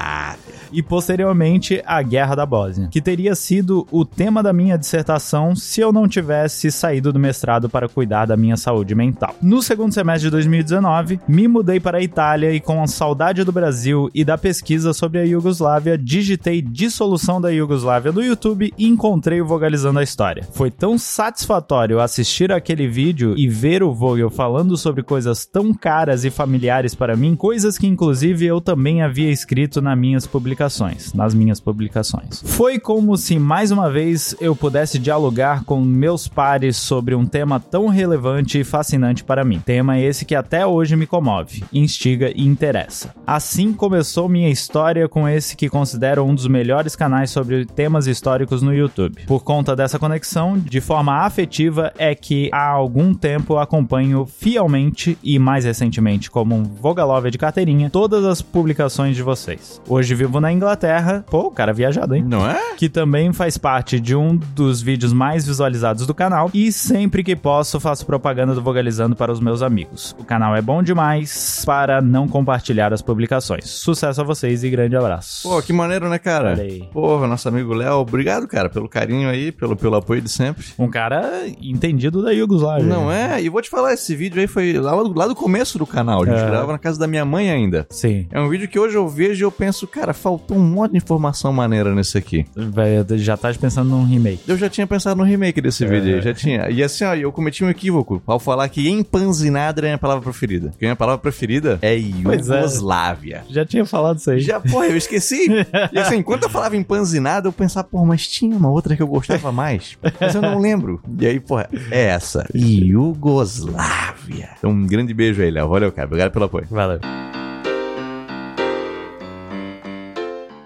B: E posteriormente a Guerra da Bósnia, que teria sido o tema da minha dissertação se eu não tivesse saído do mestrado para cuidar da minha saúde mental. No segundo semestre de 2019, me mudei para a Itália e, com a saudade do Brasil e da pesquisa sobre a Iugoslávia, digitei Dissolução da Iugoslávia no YouTube e encontrei o Vogalizando a História. Foi tão satisfatório assistir aquele vídeo e ver o Vogel falando sobre coisas tão caras e familiares para mim, coisas que inclusive eu também havia escrito nas minhas publicações, nas minhas publicações. Foi como se mais uma vez eu pudesse dialogar com meus pares sobre um tema tão relevante e fascinante para mim. Tema esse que até hoje me comove, instiga e interessa. Assim começou minha história com esse que considero um dos melhores canais sobre temas históricos no YouTube. Por conta dessa conexão, de forma afetiva, é que há algum tempo acompanho fielmente e mais recentemente como um Vogalove de carteirinha todas as publicações de vocês. Hoje vivo na Inglaterra. Pô, o cara viajado, hein?
A: Não é?
B: que também faz parte de um dos vídeos mais visualizados do canal. E sempre que posso, faço propaganda do Vogalizando para os meus amigos. O canal é bom demais para não compartilhar as publicações. Sucesso a vocês e grande abraço.
A: Pô, que maneiro, né, cara?
B: Olha aí.
A: Porra, nosso amigo Léo, obrigado, cara, pelo carinho aí, pelo, pelo apoio de sempre.
B: Um cara entendido da Yugoslávia.
A: Não é? E vou te falar, esse vídeo aí foi lá, lá do começo do canal. A gente
B: É.
A: gravava na casa da minha mãe ainda.
B: Sim.
A: É um vídeo que hoje eu vejo e eu penso, cara, faltou um monte de informação maneira nesse aqui.
B: Vai- Já tá pensando num remake.
A: Eu já tinha pensado no remake desse vídeo, aí, já tinha. E assim, ó, eu cometi um equívoco ao falar que empanzinada era a minha palavra preferida. Porque a minha palavra preferida é
B: Pois é.
A: Iugoslávia.
B: Já tinha falado isso aí.
A: Já, porra, eu esqueci. E assim, enquanto eu falava empanzinada, eu pensava, porra, mas tinha uma outra que eu gostava mais. Mas eu não lembro. E aí, porra, é essa. Iugoslávia. Então, um grande beijo aí, Léo. Valeu, cara. Obrigado pelo apoio.
B: Valeu.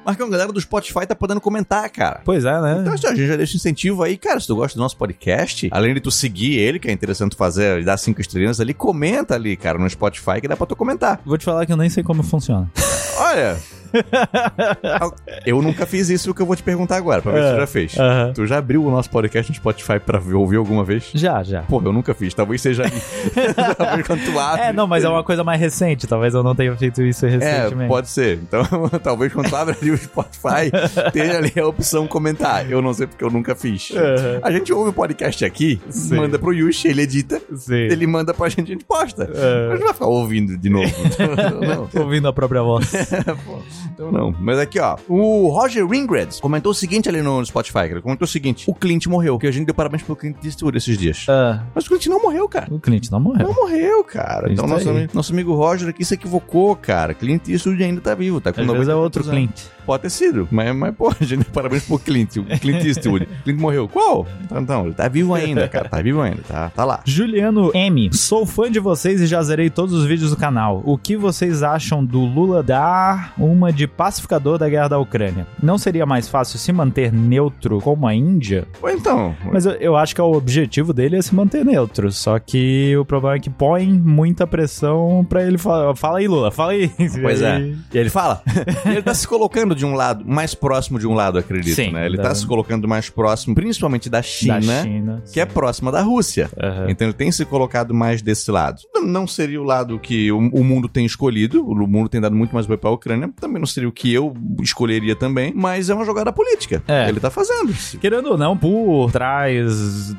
A: Marcão, a galera do Spotify tá podendo comentar, cara.
B: Pois é,
A: Então,
B: né?
A: assim, ó, a gente já deixa incentivo aí, cara. Se tu gosta do nosso podcast, além de tu seguir ele, que é interessante tu fazer, dar cinco estrelinhas ali, comenta ali, cara, no Spotify, que dá pra tu comentar.
B: Vou te falar que eu nem sei como funciona. <laughs>
A: Olha. eu nunca fiz isso que eu vou te perguntar agora, pra ver se tu já fez.
B: É, Aham.
A: Tu já abriu o nosso podcast no Spotify pra ver- ouvir alguma vez?
B: Já, já.
A: Porra, eu nunca fiz. Talvez seja aí.
B: <laughs>
A: <laughs> Talvez quando tu abre.
B: É, não, mas é uma coisa mais recente. Talvez eu não tenha feito isso
A: É,
B: recentemente.
A: pode ser. Então, <laughs> talvez quando tu abre ali o
B: <laughs>
A: Spotify, tenha ali a opção comentar. Eu não sei porque eu nunca fiz.
B: Aham.
A: A gente ouve o podcast aqui,
B: Sim.
A: manda pro Yushi, ele edita,
B: Sim.
A: ele manda pra gente, a gente posta.
B: É.
A: Mas não vai ficar ouvindo de
B: <laughs>
A: novo. Então, não.
B: Ouvindo a
A: <laughs>
B: própria voz.
A: Então não. Mas aqui, ó. O Roger Ringred comentou o seguinte ali no Spotify, cara. Comentou o seguinte. O Clint morreu. Que a gente deu parabéns pro Clint Eastwood esses dias.
B: Ah,
A: Mas o Clint não morreu, cara.
B: o cliente não morreu.
A: Não morreu, cara.
B: É. Isso
A: Então, nosso,
B: aí.
A: ami- nosso amigo Roger aqui se equivocou, cara. Clint Eastwood ainda tá vivo, tá com
B: Às
A: 90
B: vezes é
A: e
B: outro
A: poucos anos.
B: cliente.
A: Pode ter sido, é mas, mas pô, <laughs> a gente, deu parabéns pro Clint, o Clint
B: <laughs>
A: Eastwood. Clint morreu. Qual? Então, então, ele tá vivo ainda, cara. Tá vivo ainda, tá, tá lá.
B: Juliano M. Sou fã de vocês e já zerei todos os vídeos do canal. O que vocês acham do Lula dar uma de pacificador da guerra da Ucrânia? Não seria mais fácil se manter neutro como a Índia?
A: Ou então,
B: Mas eu, eu acho que o objetivo dele é se manter neutro. Só que o problema é que põe muita pressão pra ele falar. Fala aí, Lula, fala aí.
A: Pois
B: E <laughs>
A: é.
B: aí-
A: E ele fala. E ele tá se colocando colocando de um lado, mais próximo de um lado, acredito,
B: Sim,
A: né? Ele tá
B: da-
A: se colocando mais próximo, principalmente da China,
B: da China.
A: que é próxima da Rússia.
B: Aham.
A: Então ele tem se colocado mais desse lado. Não- Não seria o lado que o, o mundo tem escolhido, o mundo tem dado muito mais apoio pra Ucrânia, também não seria o que eu escolheria também, mas é uma jogada política.
B: É.
A: Ele tá fazendo.
B: Querendo ou não, por trás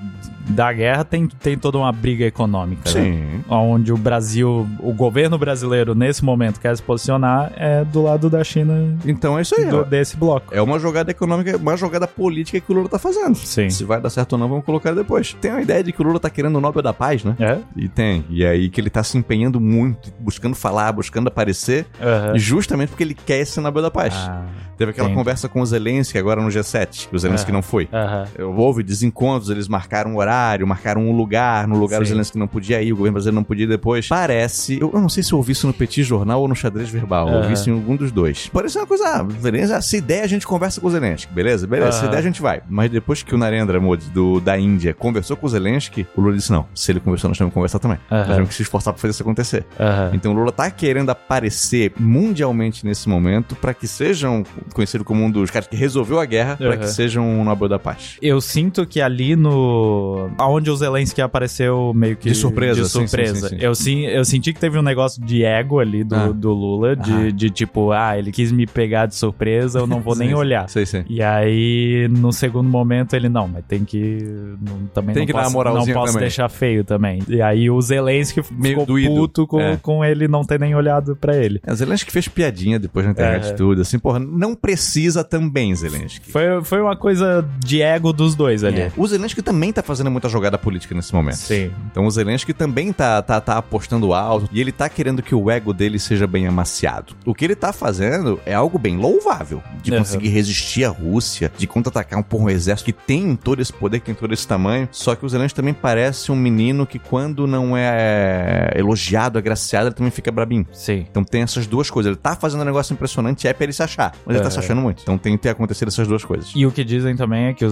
B: da guerra tem, tem toda uma briga econômica, né?
A: Sim.
B: Onde o Brasil, o governo brasileiro, nesse momento, quer se posicionar é do lado da China
A: Então é isso aí.
B: do-
A: ó.
B: desse bloco.
A: É uma jogada econômica, uma jogada política que o Lula tá fazendo.
B: Sim.
A: Se vai dar certo ou não, vamos colocar depois. Tem a ideia de que o Lula tá querendo o Nobel da Paz, né?
B: É?
A: E tem. E aí que ele tá se empenhando muito, buscando falar, buscando aparecer,
B: Aham.
A: justamente porque ele quer esse Nobel da Paz.
B: É. Ah,
A: Teve aquela
B: entendi.
A: conversa com o Zelensky agora no G7, que o Zelensky
B: Ah.
A: não foi.
B: aham.
A: Houve desencontros, eles marcaram um horário, marcaram um lugar, no lugar o
B: Sim.
A: Zelensky não podia ir, o governo brasileiro não podia ir depois. Parece, eu, eu não sei se eu ouvi isso no Petit Jornal ou no Xadrez Verbal, eu ouvi
B: Aham.
A: isso em algum dos dois. Parece uma coisa, ah, beleza, se der a gente conversa com o Zelensky, beleza, beleza, se
B: Aham.
A: der a gente vai. Mas depois que o Narendra Modi, do, da Índia, conversou com o Zelensky, o Lula disse, não, se ele conversou, nós temos que conversar também. Nós
B: Aham.
A: temos que se esforçar pra fazer isso acontecer.
B: Aham.
A: Então o Lula tá querendo aparecer mundialmente nesse momento pra que sejam conhecido como um dos caras que resolveu a guerra, pra
B: Aham.
A: que sejam um Nobel da Paz.
B: Eu sinto que ali no. Aonde o Zelensky apareceu meio que.
A: De surpresa,
B: De
A: sim, sim,
B: surpresa.
A: sim, sim.
B: Eu, sim, eu senti que teve um negócio de ego ali do,
A: Ah.
B: do Lula, de,
A: Ah.
B: de tipo, ah, ele quis me pegar de surpresa, eu não vou nem
A: Sim, sim.
B: olhar.
A: Sei, sei.
B: E aí, no segundo momento, ele, não, mas tem que. Não, também
A: Tem
B: não
A: que dar
B: posso,
A: uma moralzinha
B: Não posso
A: também.
B: deixar feio também. E aí o Zelensky
A: Meio
B: ficou
A: doído.
B: puto com,
A: É.
B: com ele não ter nem olhado pra ele.
A: É, o Zelensky fez piadinha depois na internet
B: É.
A: e tudo, assim, porra, não precisa também, Zelensky.
B: Foi, foi uma coisa de ego dos dois ali.
A: É. O Zelensky também tá fazendo muita jogada política nesse momento.
B: Sim.
A: Então o Zelensky também tá, tá, tá apostando alto e ele tá querendo que o ego dele seja bem amaciado. O que ele tá fazendo é algo bem louvável. De
B: Aham.
A: conseguir resistir à Rússia, de contra-atacar um, porra, um exército que tem todo esse poder, que tem todo esse tamanho. Só que o Zelensky também parece um menino que quando não é elogiado, agraciado, ele também fica brabinho.
B: Sim.
A: Então tem essas duas coisas. Ele tá fazendo um negócio impressionante, é pra ele se achar. Mas ele tá
B: Aham.
A: se achando muito. Então tem que ter acontecido essas duas coisas.
B: E o que dizem também é que o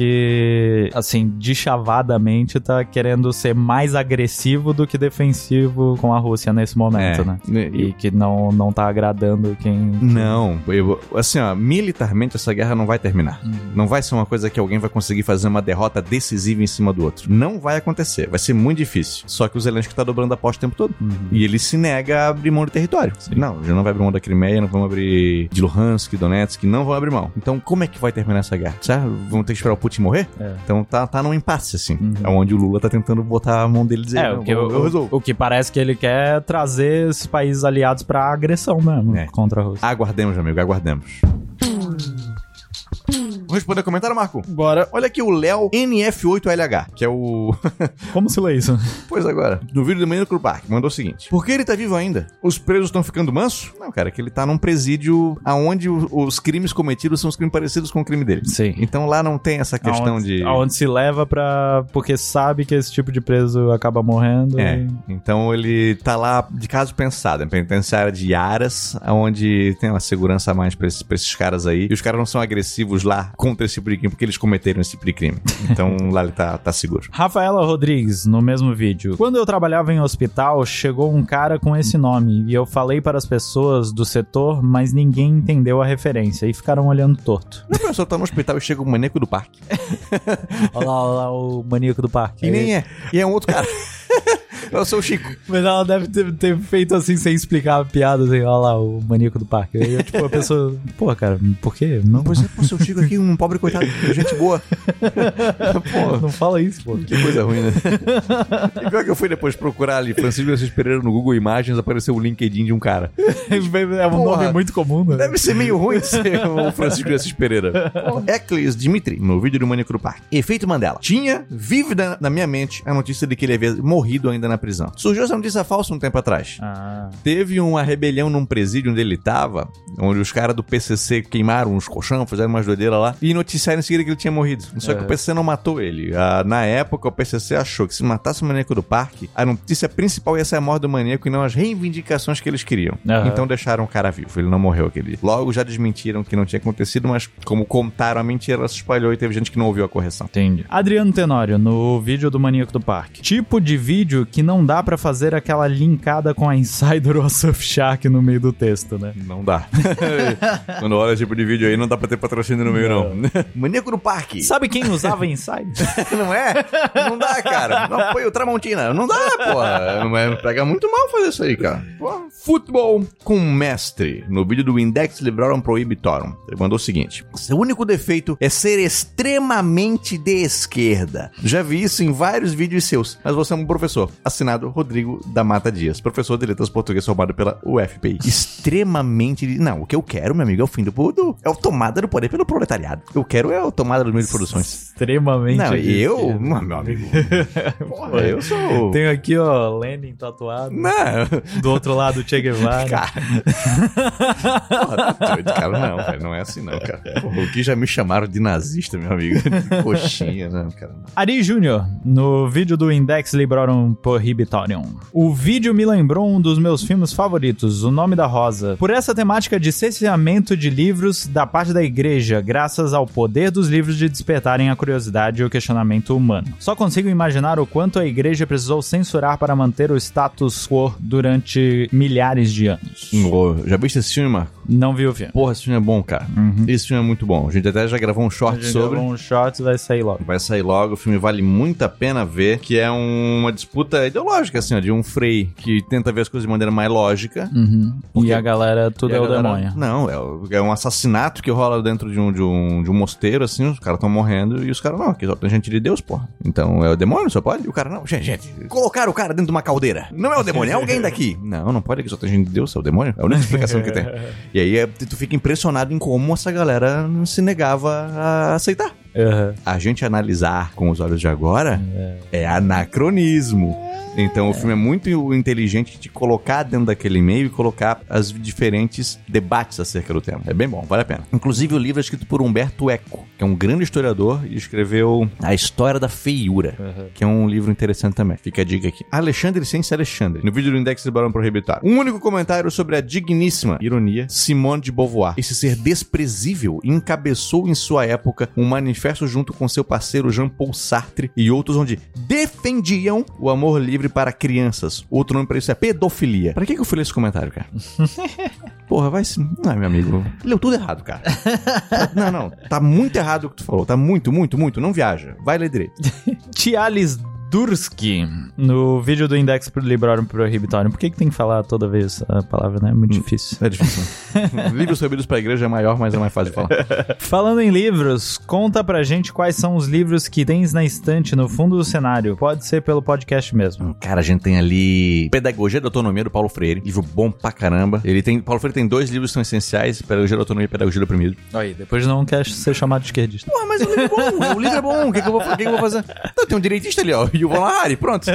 B: Zelensky, assim, deschavadamente tá querendo ser mais agressivo do que defensivo com a Rússia nesse
A: É.
B: momento, né?
A: Então, E-
B: E que não, não tá agradando quem.
A: Não, eu- assim, ó, militarmente essa guerra não vai terminar. Não vai ser uma coisa que alguém vai conseguir fazer uma derrota decisiva em cima do outro. Não vai acontecer, vai ser muito difícil. Só que o Zelensky tá dobrando a aposta o tempo todo.
B: Uhum.
A: E ele se nega a abrir mão do território. Não, já não vai abrir mão da Crimeia, não vamos abrir de Luhansk, Donetsk, não vão abrir mão. Então, como é que vai terminar essa guerra? Será? Vão ter que esperar o Putin morrer?
B: É.
A: Então tá, tá num impasse, assim.
B: Uhum.
A: É onde o Lula tá tentando botar a mão dele e dizer,
B: É,
A: "Não,
B: o que,
A: eu, eu resolvo.
B: o que parece que ele quer é trazer esses países aliados pra agressão mesmo
A: É.
B: contra a Rússia.
A: Aguardemos, amigo, aguardemos. Vamos responder comentário, Marco?
B: Bora.
A: Olha aqui o Léo NF8LH, que é o. <laughs>
B: Como se lê isso?
A: pois agora. No vídeo do Manino Park, mandou o seguinte: Por que ele tá vivo ainda? Os presos estão ficando manso? Não, cara, é que ele tá num presídio aonde o- os crimes cometidos são os crimes parecidos com o crime dele.
B: Sim.
A: Então lá não tem essa questão
B: aonde,
A: de.
B: aonde se leva pra. Porque sabe que esse tipo de preso acaba morrendo.
A: É,
B: e-
A: então ele tá lá de caso pensado, em penitenciária de Aras, onde tem uma segurança a mais pra esses, pra esses caras aí. E os caras não são agressivos lá contra esse tipo de crime, porque eles cometeram esse tipo de crime. Então
B: <laughs>
A: lá ele tá, tá seguro.
B: Rafaela Rodrigues, no mesmo vídeo. Quando eu trabalhava em hospital, chegou um cara com esse nome e eu falei para as pessoas do setor, mas ninguém entendeu a referência e ficaram olhando torto.
A: Uma pessoa tá no hospital e chega um maníaco do parque.
B: Olha lá, olha lá o maníaco do parque.
A: E nem é. E é um outro cara. <laughs> Eu sou o Chico.
B: Mas ela deve ter, ter feito assim sem explicar a piada, assim, olha lá o maníaco do parque. Aí eu, tipo, a <laughs> pessoa, pô, cara, por quê? Não,
A: Pois é, pô, seu Chico aqui, um pobre coitado, gente boa. <laughs> Pô,
B: não fala isso, pô.
A: Que coisa ruim, né? E pior que eu fui depois procurar ali, Francisco Assis Pereira no Google Imagens, apareceu o LinkedIn de um cara.
B: <laughs> É um
A: Porra.
B: nome muito comum, né?
A: Deve ser meio ruim ser o Francisco de Assis Pereira. Eclis Dimitri, no vídeo do Manicro Park. Efeito Mandela. Tinha vívida na minha mente a notícia de que ele havia morrido ainda na prisão. Surgiu essa notícia falsa um tempo atrás.
B: Ah,
A: Teve uma rebelião num presídio onde ele tava, onde os caras do PCC queimaram uns colchão, fizeram umas doideiras lá, e noticiaram em seguida que ele tinha morrido. Só que o PCC não matou ele. Ah, na época, o PCC achou que se matasse o maníaco do parque, a notícia principal ia ser a morte do maníaco e não as reivindicações que eles queriam.
B: Aham.
A: Então deixaram o cara vivo, ele não morreu aquele dia. Logo já desmentiram que não tinha acontecido, mas como contaram a mentira, ela se espalhou e teve gente que não ouviu a correção.
B: Entendi. Adriano Tenório, no vídeo do Maníaco do Parque. Tipo de vídeo que não dá pra fazer aquela linkada com a Insider ou a Surfshark no meio do texto, né?
A: Não dá. <laughs> Quando olha esse tipo de vídeo aí, não dá pra ter patrocínio no meio, não. <laughs> Maníaco no parque.
B: Sabe quem usava <laughs> Insider?
A: <laughs> Não é? Não dá, cara. Não apoio Tramontina. Não dá, porra. Não é- Pega muito mal fazer isso aí, cara. Porra. Futebol com um mestre. No vídeo do Index Libraram Prohibitorum. Ele mandou o seguinte. Seu único defeito é ser extremamente de esquerda. Já vi isso em vários vídeos seus. Mas você é um professor. Assinado Rodrigo da Mata Dias. Professor de letras português formado pela UFPI. Extremamente... de- Não, o que eu quero, meu amigo, é o fim do... do é a tomada do poder pelo proletariado. Eu quero é a tomada dos meios de produções.
B: Extremamente.
A: Não,
B: de
A: eu,
B: esquerda.
A: Mano, meu <laughs> amigo. Porra, eu sou.
B: Tenho aqui, ó, Lenin tatuado.
A: Não,
B: Do outro lado, Che Guevara.
A: um <laughs> cara. Porra, tá doido, cara. Não, velho, não é assim, não, cara. Porra, o que já me chamaram de nazista, meu <laughs> amigo? De coxinha, não, cara.
B: Ari Júnior, no vídeo do Index Librorum Prohibitorium. O vídeo me lembrou um dos meus filmes favoritos, O Nome da Rosa, por essa temática de cerceamento de livros da parte da igreja, graças ao poder dos livros de despertarem a curiosidade e o questionamento humano. Só consigo imaginar o quanto a igreja precisou censurar para manter o status quo durante milhares de anos.
A: Ô, Já viste esse filme, Marco?
B: Não vi o filme.
A: Porra, esse filme é bom, cara. Esse filme é muito bom. A gente até já gravou um short sobre.
B: Um short vai sair logo.
A: Vai sair logo, o filme vale muito a pena ver, que é um- uma disputa ideológica, assim, ó, de um Frei que tenta ver as coisas de maneira mais lógica,
B: E a galera, tudo
A: E
B: é
A: a
B: o
A: galera-
B: demônio.
A: Não, é, o- é um assassinato que rola dentro de um, de um, de um mosteiro, assim, os caras estão morrendo e os caras, não, aqui só tem gente de Deus, porra. Então é o demônio, só pode? E o cara, não, gente, gente, colocaram o cara dentro de uma caldeira. Não é o
B: <laughs>
A: demônio, é alguém daqui. Não, não pode, aqui só tem gente de Deus, é o demônio. É a única explicação que
B: <laughs>
A: tem. E aí é, tu fica impressionado em como essa galera se negava a aceitar.
B: Aham.
A: A gente analisar com os olhos de agora é, anacronismo. Então o filme é muito inteligente de colocar dentro daquele meio e colocar as diferentes debates acerca do tema. É bem bom, vale a pena. Inclusive o livro é escrito por Humberto Eco, que é um grande historiador e escreveu A História da Feiura, que é um livro interessante também. Fica a dica aqui. Alexandre sem ser Alexandre, no vídeo do Index do Barão Prohibitar. Um único comentário sobre a digníssima, ironia, Simone de Beauvoir. Esse ser desprezível encabeçou em sua época um manifesto junto com seu parceiro Jean-Paul Sartre e outros onde defendiam o amor livre para crianças. Outro nome pra isso é pedofilia. Pra que que eu fui ler esse comentário, <laughs> cara? Porra, vai se... Não, meu amigo. Leu tudo errado, <laughs> cara. Não, não. Tá muito errado o que tu falou. Tá muito, muito, muito. Não viaja. Vai ler direito.
B: Tialis Durski, no vídeo do Index pro Librorum Prohibitorium. Por que, que tem que falar toda vez a palavra, né? É muito
A: <laughs>
B: difícil.
A: É difícil. <laughs> Livros proibidos pra igreja é maior, mas é mais fácil de falar.
B: Falando em livros, conta pra gente quais são os livros que tens na estante no fundo do cenário. Pode ser pelo podcast mesmo.
A: <laughs> Cara, a gente tem ali Pedagogia da Autonomia do Paulo Freire, livro bom pra caramba. Ele tem, Paulo Freire tem dois livros que são essenciais, Pedagogia da Autonomia e Pedagogia do Oprimido.
B: Aí, depois não quer ser chamado
A: <laughs>
B: de esquerdista.
A: Porra, mas o livro é bom, o livro é bom, o que, que, eu, vou, o que que eu vou fazer? Não, tem um direitista ali, ó, <laughs> e o Yuval Harari, pronto.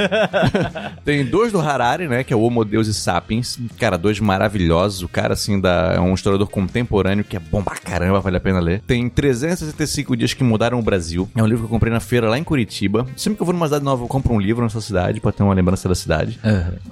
A: tem dois do Harari, né, que é o Homo Deus e Sapiens, cara, dois maravilhosos, o cara, assim, da, é um historiador contemporâneo que é bom pra caramba, vale a pena ler. Tem 365 Dias que Mudaram o Brasil, é um livro que eu comprei na feira lá em Curitiba. Sempre que eu vou numa cidade nova, eu compro um livro nessa cidade pra ter uma lembrança da cidade.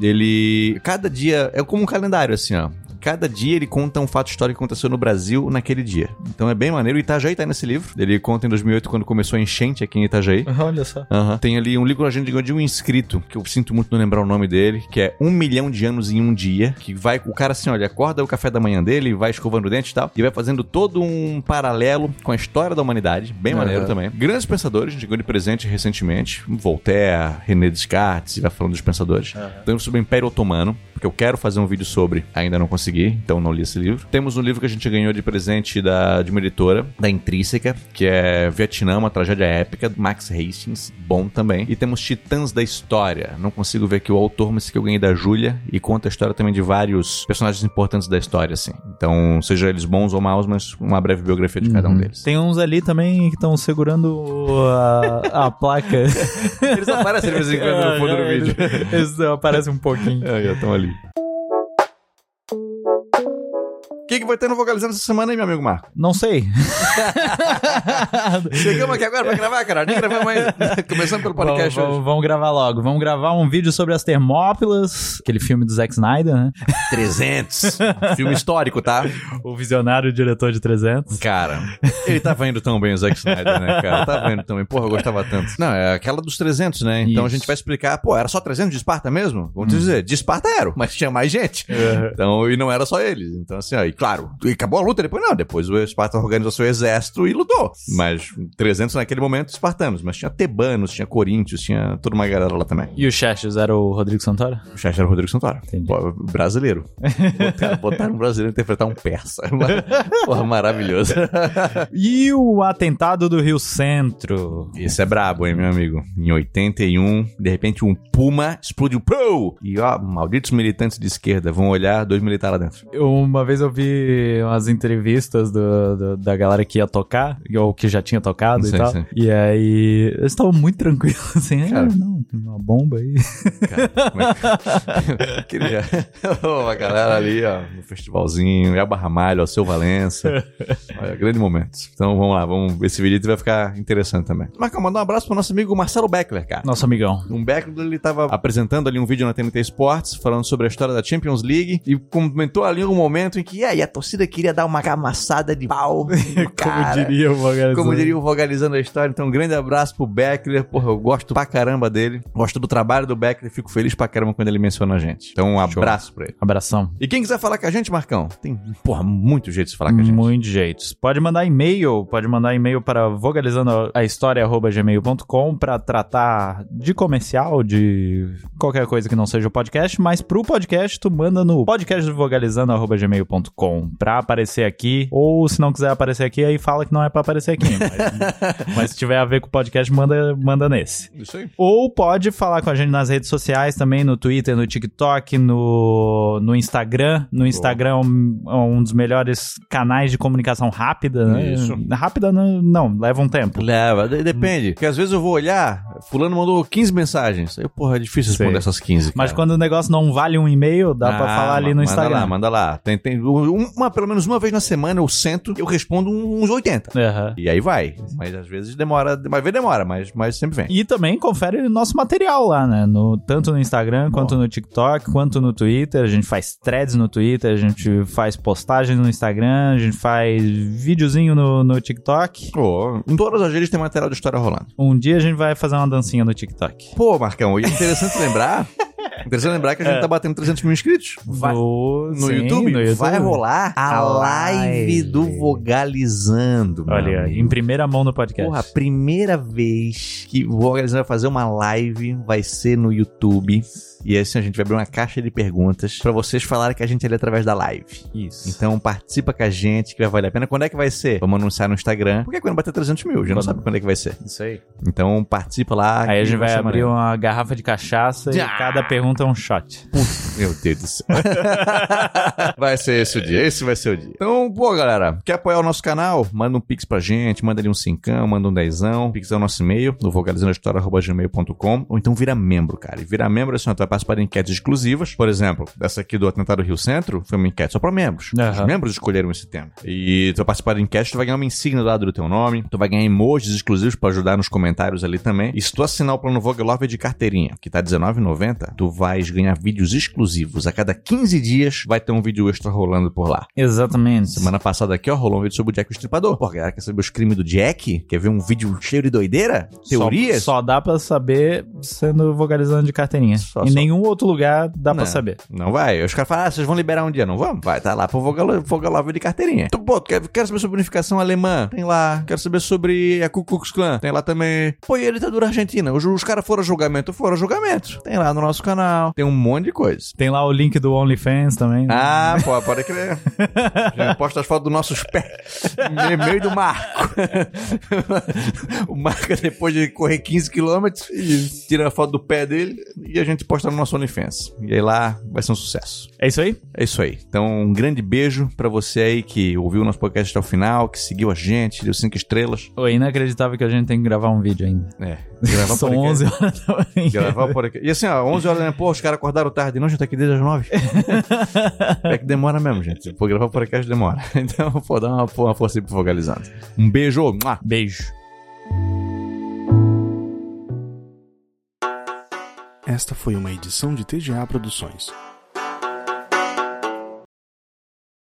A: Ele. Cada dia. É como um calendário, assim, ó. Cada dia ele conta um fato histórico que aconteceu no Brasil naquele dia. Então é bem maneiro. Itajaí tá nesse livro. Ele conta em 2008, quando começou a enchente aqui em Itajaí.
B: Olha só.
A: Aham. Tem ali um livro que a gente ganhou de um inscrito, que eu sinto muito não lembrar o nome dele, que é Um Milhão de Anos em Um Dia, que vai, o cara assim, olha, acorda o café da manhã dele, vai escovando o dente e tal, e vai fazendo todo um paralelo com a história da humanidade, bem maneiro também. Grandes pensadores, a gente ganhou de presente recentemente, Voltaire, René Descartes, vai falando dos pensadores. Temos sobre o Império Otomano, porque eu quero fazer um vídeo sobre, ainda não consegui, então não li esse livro. Temos um livro que a gente ganhou de presente da, de uma editora, da Intrínseca, que é Vietnã, uma tragédia épica, do Max Hastings, bom também. E temos Titãs da História, não consigo ver aqui o autor, mas esse que eu ganhei da Júlia, e conta a história também de vários personagens importantes da história, assim. Então, seja eles bons ou maus, mas uma breve biografia de cada um deles.
B: Tem uns ali também que estão segurando a, a placa. É,
A: Eles aparecem <laughs> de vez em quando no
B: <laughs>
A: fundo do vídeo.
B: Eles, eles aparecem um pouquinho.
A: É, já estão ali. que, que vai ter no Vocalizando essa semana aí, meu amigo Marco? <laughs>
B: Não sei.
A: Chegamos aqui agora pra gravar, cara. Nem gravamos mais. <laughs> Começamos pelo podcast
B: vamos,
A: hoje.
B: vamos- vamos gravar logo. Vamos gravar um vídeo sobre as Termópilas, aquele filme do Zack Snyder, né? <laughs>
A: 300. Filme histórico, tá?
B: O visionário diretor de 300.
A: Cara, ele tava indo tão bem o Zack Snyder, né, cara? Tava indo tão bem. Porra, eu gostava tanto. Não, é aquela dos 300, né? Então
B: Isso.
A: a gente vai explicar. Pô, era só 300 de Esparta mesmo? Vamos dizer, de Esparta era, mas tinha mais gente. Então, e não era só eles. Então, assim, ó, e claro, e acabou a luta depois? Não, depois o Esparta organizou seu exército e lutou. Mas 300 naquele momento, espartanos. Mas tinha tebanos, tinha coríntios, tinha toda uma galera lá também.
B: E o Chestes era o Rodrigo Santoro?
A: O chefe era o Rodrigo Santoro.
B: Entendi.
A: Pô, <laughs> Brasileiro. Botaram, botaram um brasileiro interpretar um persa. <laughs> Porra, maravilhoso.
B: <laughs> E o atentado do Rio Centro?
A: Esse é brabo, hein, meu amigo? Em 81, de repente um puma explodiu. Pro! E ó, malditos militantes de esquerda vão olhar dois militares lá dentro.
B: Eu- uma vez eu vi umas entrevistas do- do- da galera que ia tocar, ou que já tinha tocado
A: Sim,
B: e tal.
A: sim.
B: E aí, eles estavam muito tranquilos, <laughs> assim.
A: Cara.
B: Ah, não, tem uma bomba aí.
A: Cara, como é que... <laughs> Queria... Ô, a galera ali, ó, no festivalzinho, Elba Ramalho, Alceu Valença. Olha, grande momento. Então vamos lá, vamos... esse vídeo vai ficar interessante também. Marcão, mandar um abraço pro nosso amigo Marcelo Beckler, cara.
B: Nosso amigão.
A: Um Beckler, ele tava apresentando ali um vídeo na TNT Sports, falando sobre a história da Champions League, e comentou ali um momento em que, "É, e a torcida queria dar uma amassada de <laughs> pau. no cara."
B: o Bogarzinho.
A: Como diria né? o Vogalizando a História, então um grande abraço pro Beckler, porra, eu gosto pra caramba dele, gosto do trabalho do Beckler, fico feliz pra caramba quando ele menciona a gente. Então um abraço pra ele.
B: Abração.
A: E quem quiser falar com a gente, Marcão, tem, porra, muito jeito de falar com a gente.
B: Muitos jeitos. Pode mandar e-mail, pode mandar e-mail para vogalizandoahistoria.gmail.com para tratar de comercial, de qualquer coisa que não seja o podcast, mas pro podcast tu manda no podcastvogalizando.gmail.com pra aparecer aqui, ou se não quiser aparecer aqui, aí fala que não é pra aparecer aqui.
A: <laughs>
B: Mas, mas se tiver a ver com o podcast, manda, manda nesse.
A: Isso aí.
B: Ou pode falar com a gente nas redes sociais também, no Twitter, no TikTok, no, no Instagram. No Instagram é um, é um dos melhores canais de comunicação rápida, né?
A: Isso.
B: Rápida não, não, leva um tempo.
A: Leva, de- depende. Porque às vezes eu vou olhar, fulano mandou 15 mensagens. Aí, porra, é difícil responder
B: Sei.
A: essas 15.
B: Mas
A: cara.
B: quando o negócio não vale um e-mail, dá pra
A: É. Ah,
B: falar ali no
A: manda
B: Instagram.
A: lá, manda lá. Tem, tem um- uma, pelo menos uma vez na semana eu sento, eu respondo um, uns 80.
B: Aham.
A: E aí vai. Mas às vezes demora, às vezes demora, mas, mas sempre vem.
B: E também confere o nosso material lá, né? No, tanto no Instagram, quanto no TikTok, quanto no Twitter. A gente faz threads no Twitter, a gente faz postagens no Instagram, a gente faz videozinho no, no TikTok.
A: Pô, em todas as redes tem material de história rolando.
B: Um dia a gente vai fazer uma dancinha no TikTok.
A: Pô, Marcão, e é interessante
B: <laughs>
A: lembrar. Interessante lembrar que a gente tá batendo 300 mil inscritos. Vai,
B: no,
A: no,
B: É. sim,
A: YouTube,
B: no YouTube.
A: vai rolar a,
B: A
A: live
B: live.
A: do Vogalizando. meu
B: Olha, aí,
A: amigo.
B: em primeira mão no podcast.
A: Porra, a primeira vez que o Vogalizando vai fazer uma live vai ser no YouTube. E assim a gente vai abrir uma caixa de perguntas pra vocês falarem que a gente é ali através da live.
B: isso.
A: Então participa com a gente que vai valer a pena. Quando é que vai ser? Vamos anunciar no Instagram. Porque quando bater 300 mil, já não
B: Quando-
A: sabe quando é que vai ser.
B: isso aí.
A: Então participa lá.
B: Aí a gente vai abrir
A: um.
B: uma garrafa de cachaça
A: Ah!
B: e cada pergunta é um shot.
A: Meu Deus do céu. <laughs> vai ser esse o dia. Esse vai ser o dia. Então, pô, galera, quer apoiar o nosso canal? Manda um pix pra gente, manda ali um cincão, manda um dezão. Pix é o nosso e-mail, no vocalizandohistoria.gmail.com ou então vira membro, cara. E vira membro, assim, ó, tu vai participar de enquetes exclusivas. Por exemplo, essa aqui do Atentado Rio Centro foi uma enquete só pra membros.
B: Aham.
A: Os membros escolheram esse tema. E tu vai participar de enquete, tu vai ganhar uma insígnia do lado do teu nome, tu vai ganhar emojis exclusivos pra ajudar nos comentários ali também. E se tu assinar o plano Vogelove de carteirinha, que tá R$19,90, tu vais ganhar vídeos exclusivos. A cada 15 dias vai ter um vídeo extra rolando por lá.
B: Exatamente.
A: Semana passada aqui, ó, rolou um vídeo sobre o Jack o Estripador. Pô, galera, quer saber os crimes do Jack? Quer ver um vídeo cheio de doideira? Teorias?
B: Só, só dá pra saber sendo vocalizando de carteirinha.
A: Só-
B: em
A: só.
B: nenhum outro lugar dá
A: Não.
B: pra saber.
A: Não vai. Os caras falam, ah, vocês vão liberar um dia. Não vamos? Vai, tá lá pro Vogel- Vogelovel de carteirinha. Tu, pô, tu quer, quero saber sobre unificação alemã. Tem lá. Quero saber sobre a Ku Klux Klan. Tem lá também. Pô, e a ditadura argentina? Os, os caras foram a julgamento? Foram a julgamento. Tem lá no nosso canal. Tem um monte de coisa.
B: Tem lá o link do OnlyFans também. né?
A: Ah, pô, pode crer. Já posta as fotos dos nossos pés. Me- Meio do Marco. <laughs> o Marco, é depois de correr 15 quilômetros, tira a foto do pé dele e a gente posta no nosso OnlyFans. E aí lá vai ser um sucesso.
B: É isso aí?
A: É isso aí. Então, um grande beijo pra você aí que ouviu o nosso podcast até o final, que seguiu a gente, deu cinco estrelas.
B: Ô, É inacreditável que a gente tem que gravar um vídeo ainda.
A: É. Gravar
B: São
A: podcast.
B: 11 horas da manhã.
A: Gravar podcast. E assim, ó, 11 horas da estranho. Pô, os caras acordaram tarde. Não, já tá aqui desde as nove. é que demora mesmo, gente. Pô, gravar podcast demora. <laughs> Então, pô, dá uma, uma força aí pro Focalizando. Um beijo. Mua.
B: Beijo.
D: Esta foi uma edição de TGA Produções.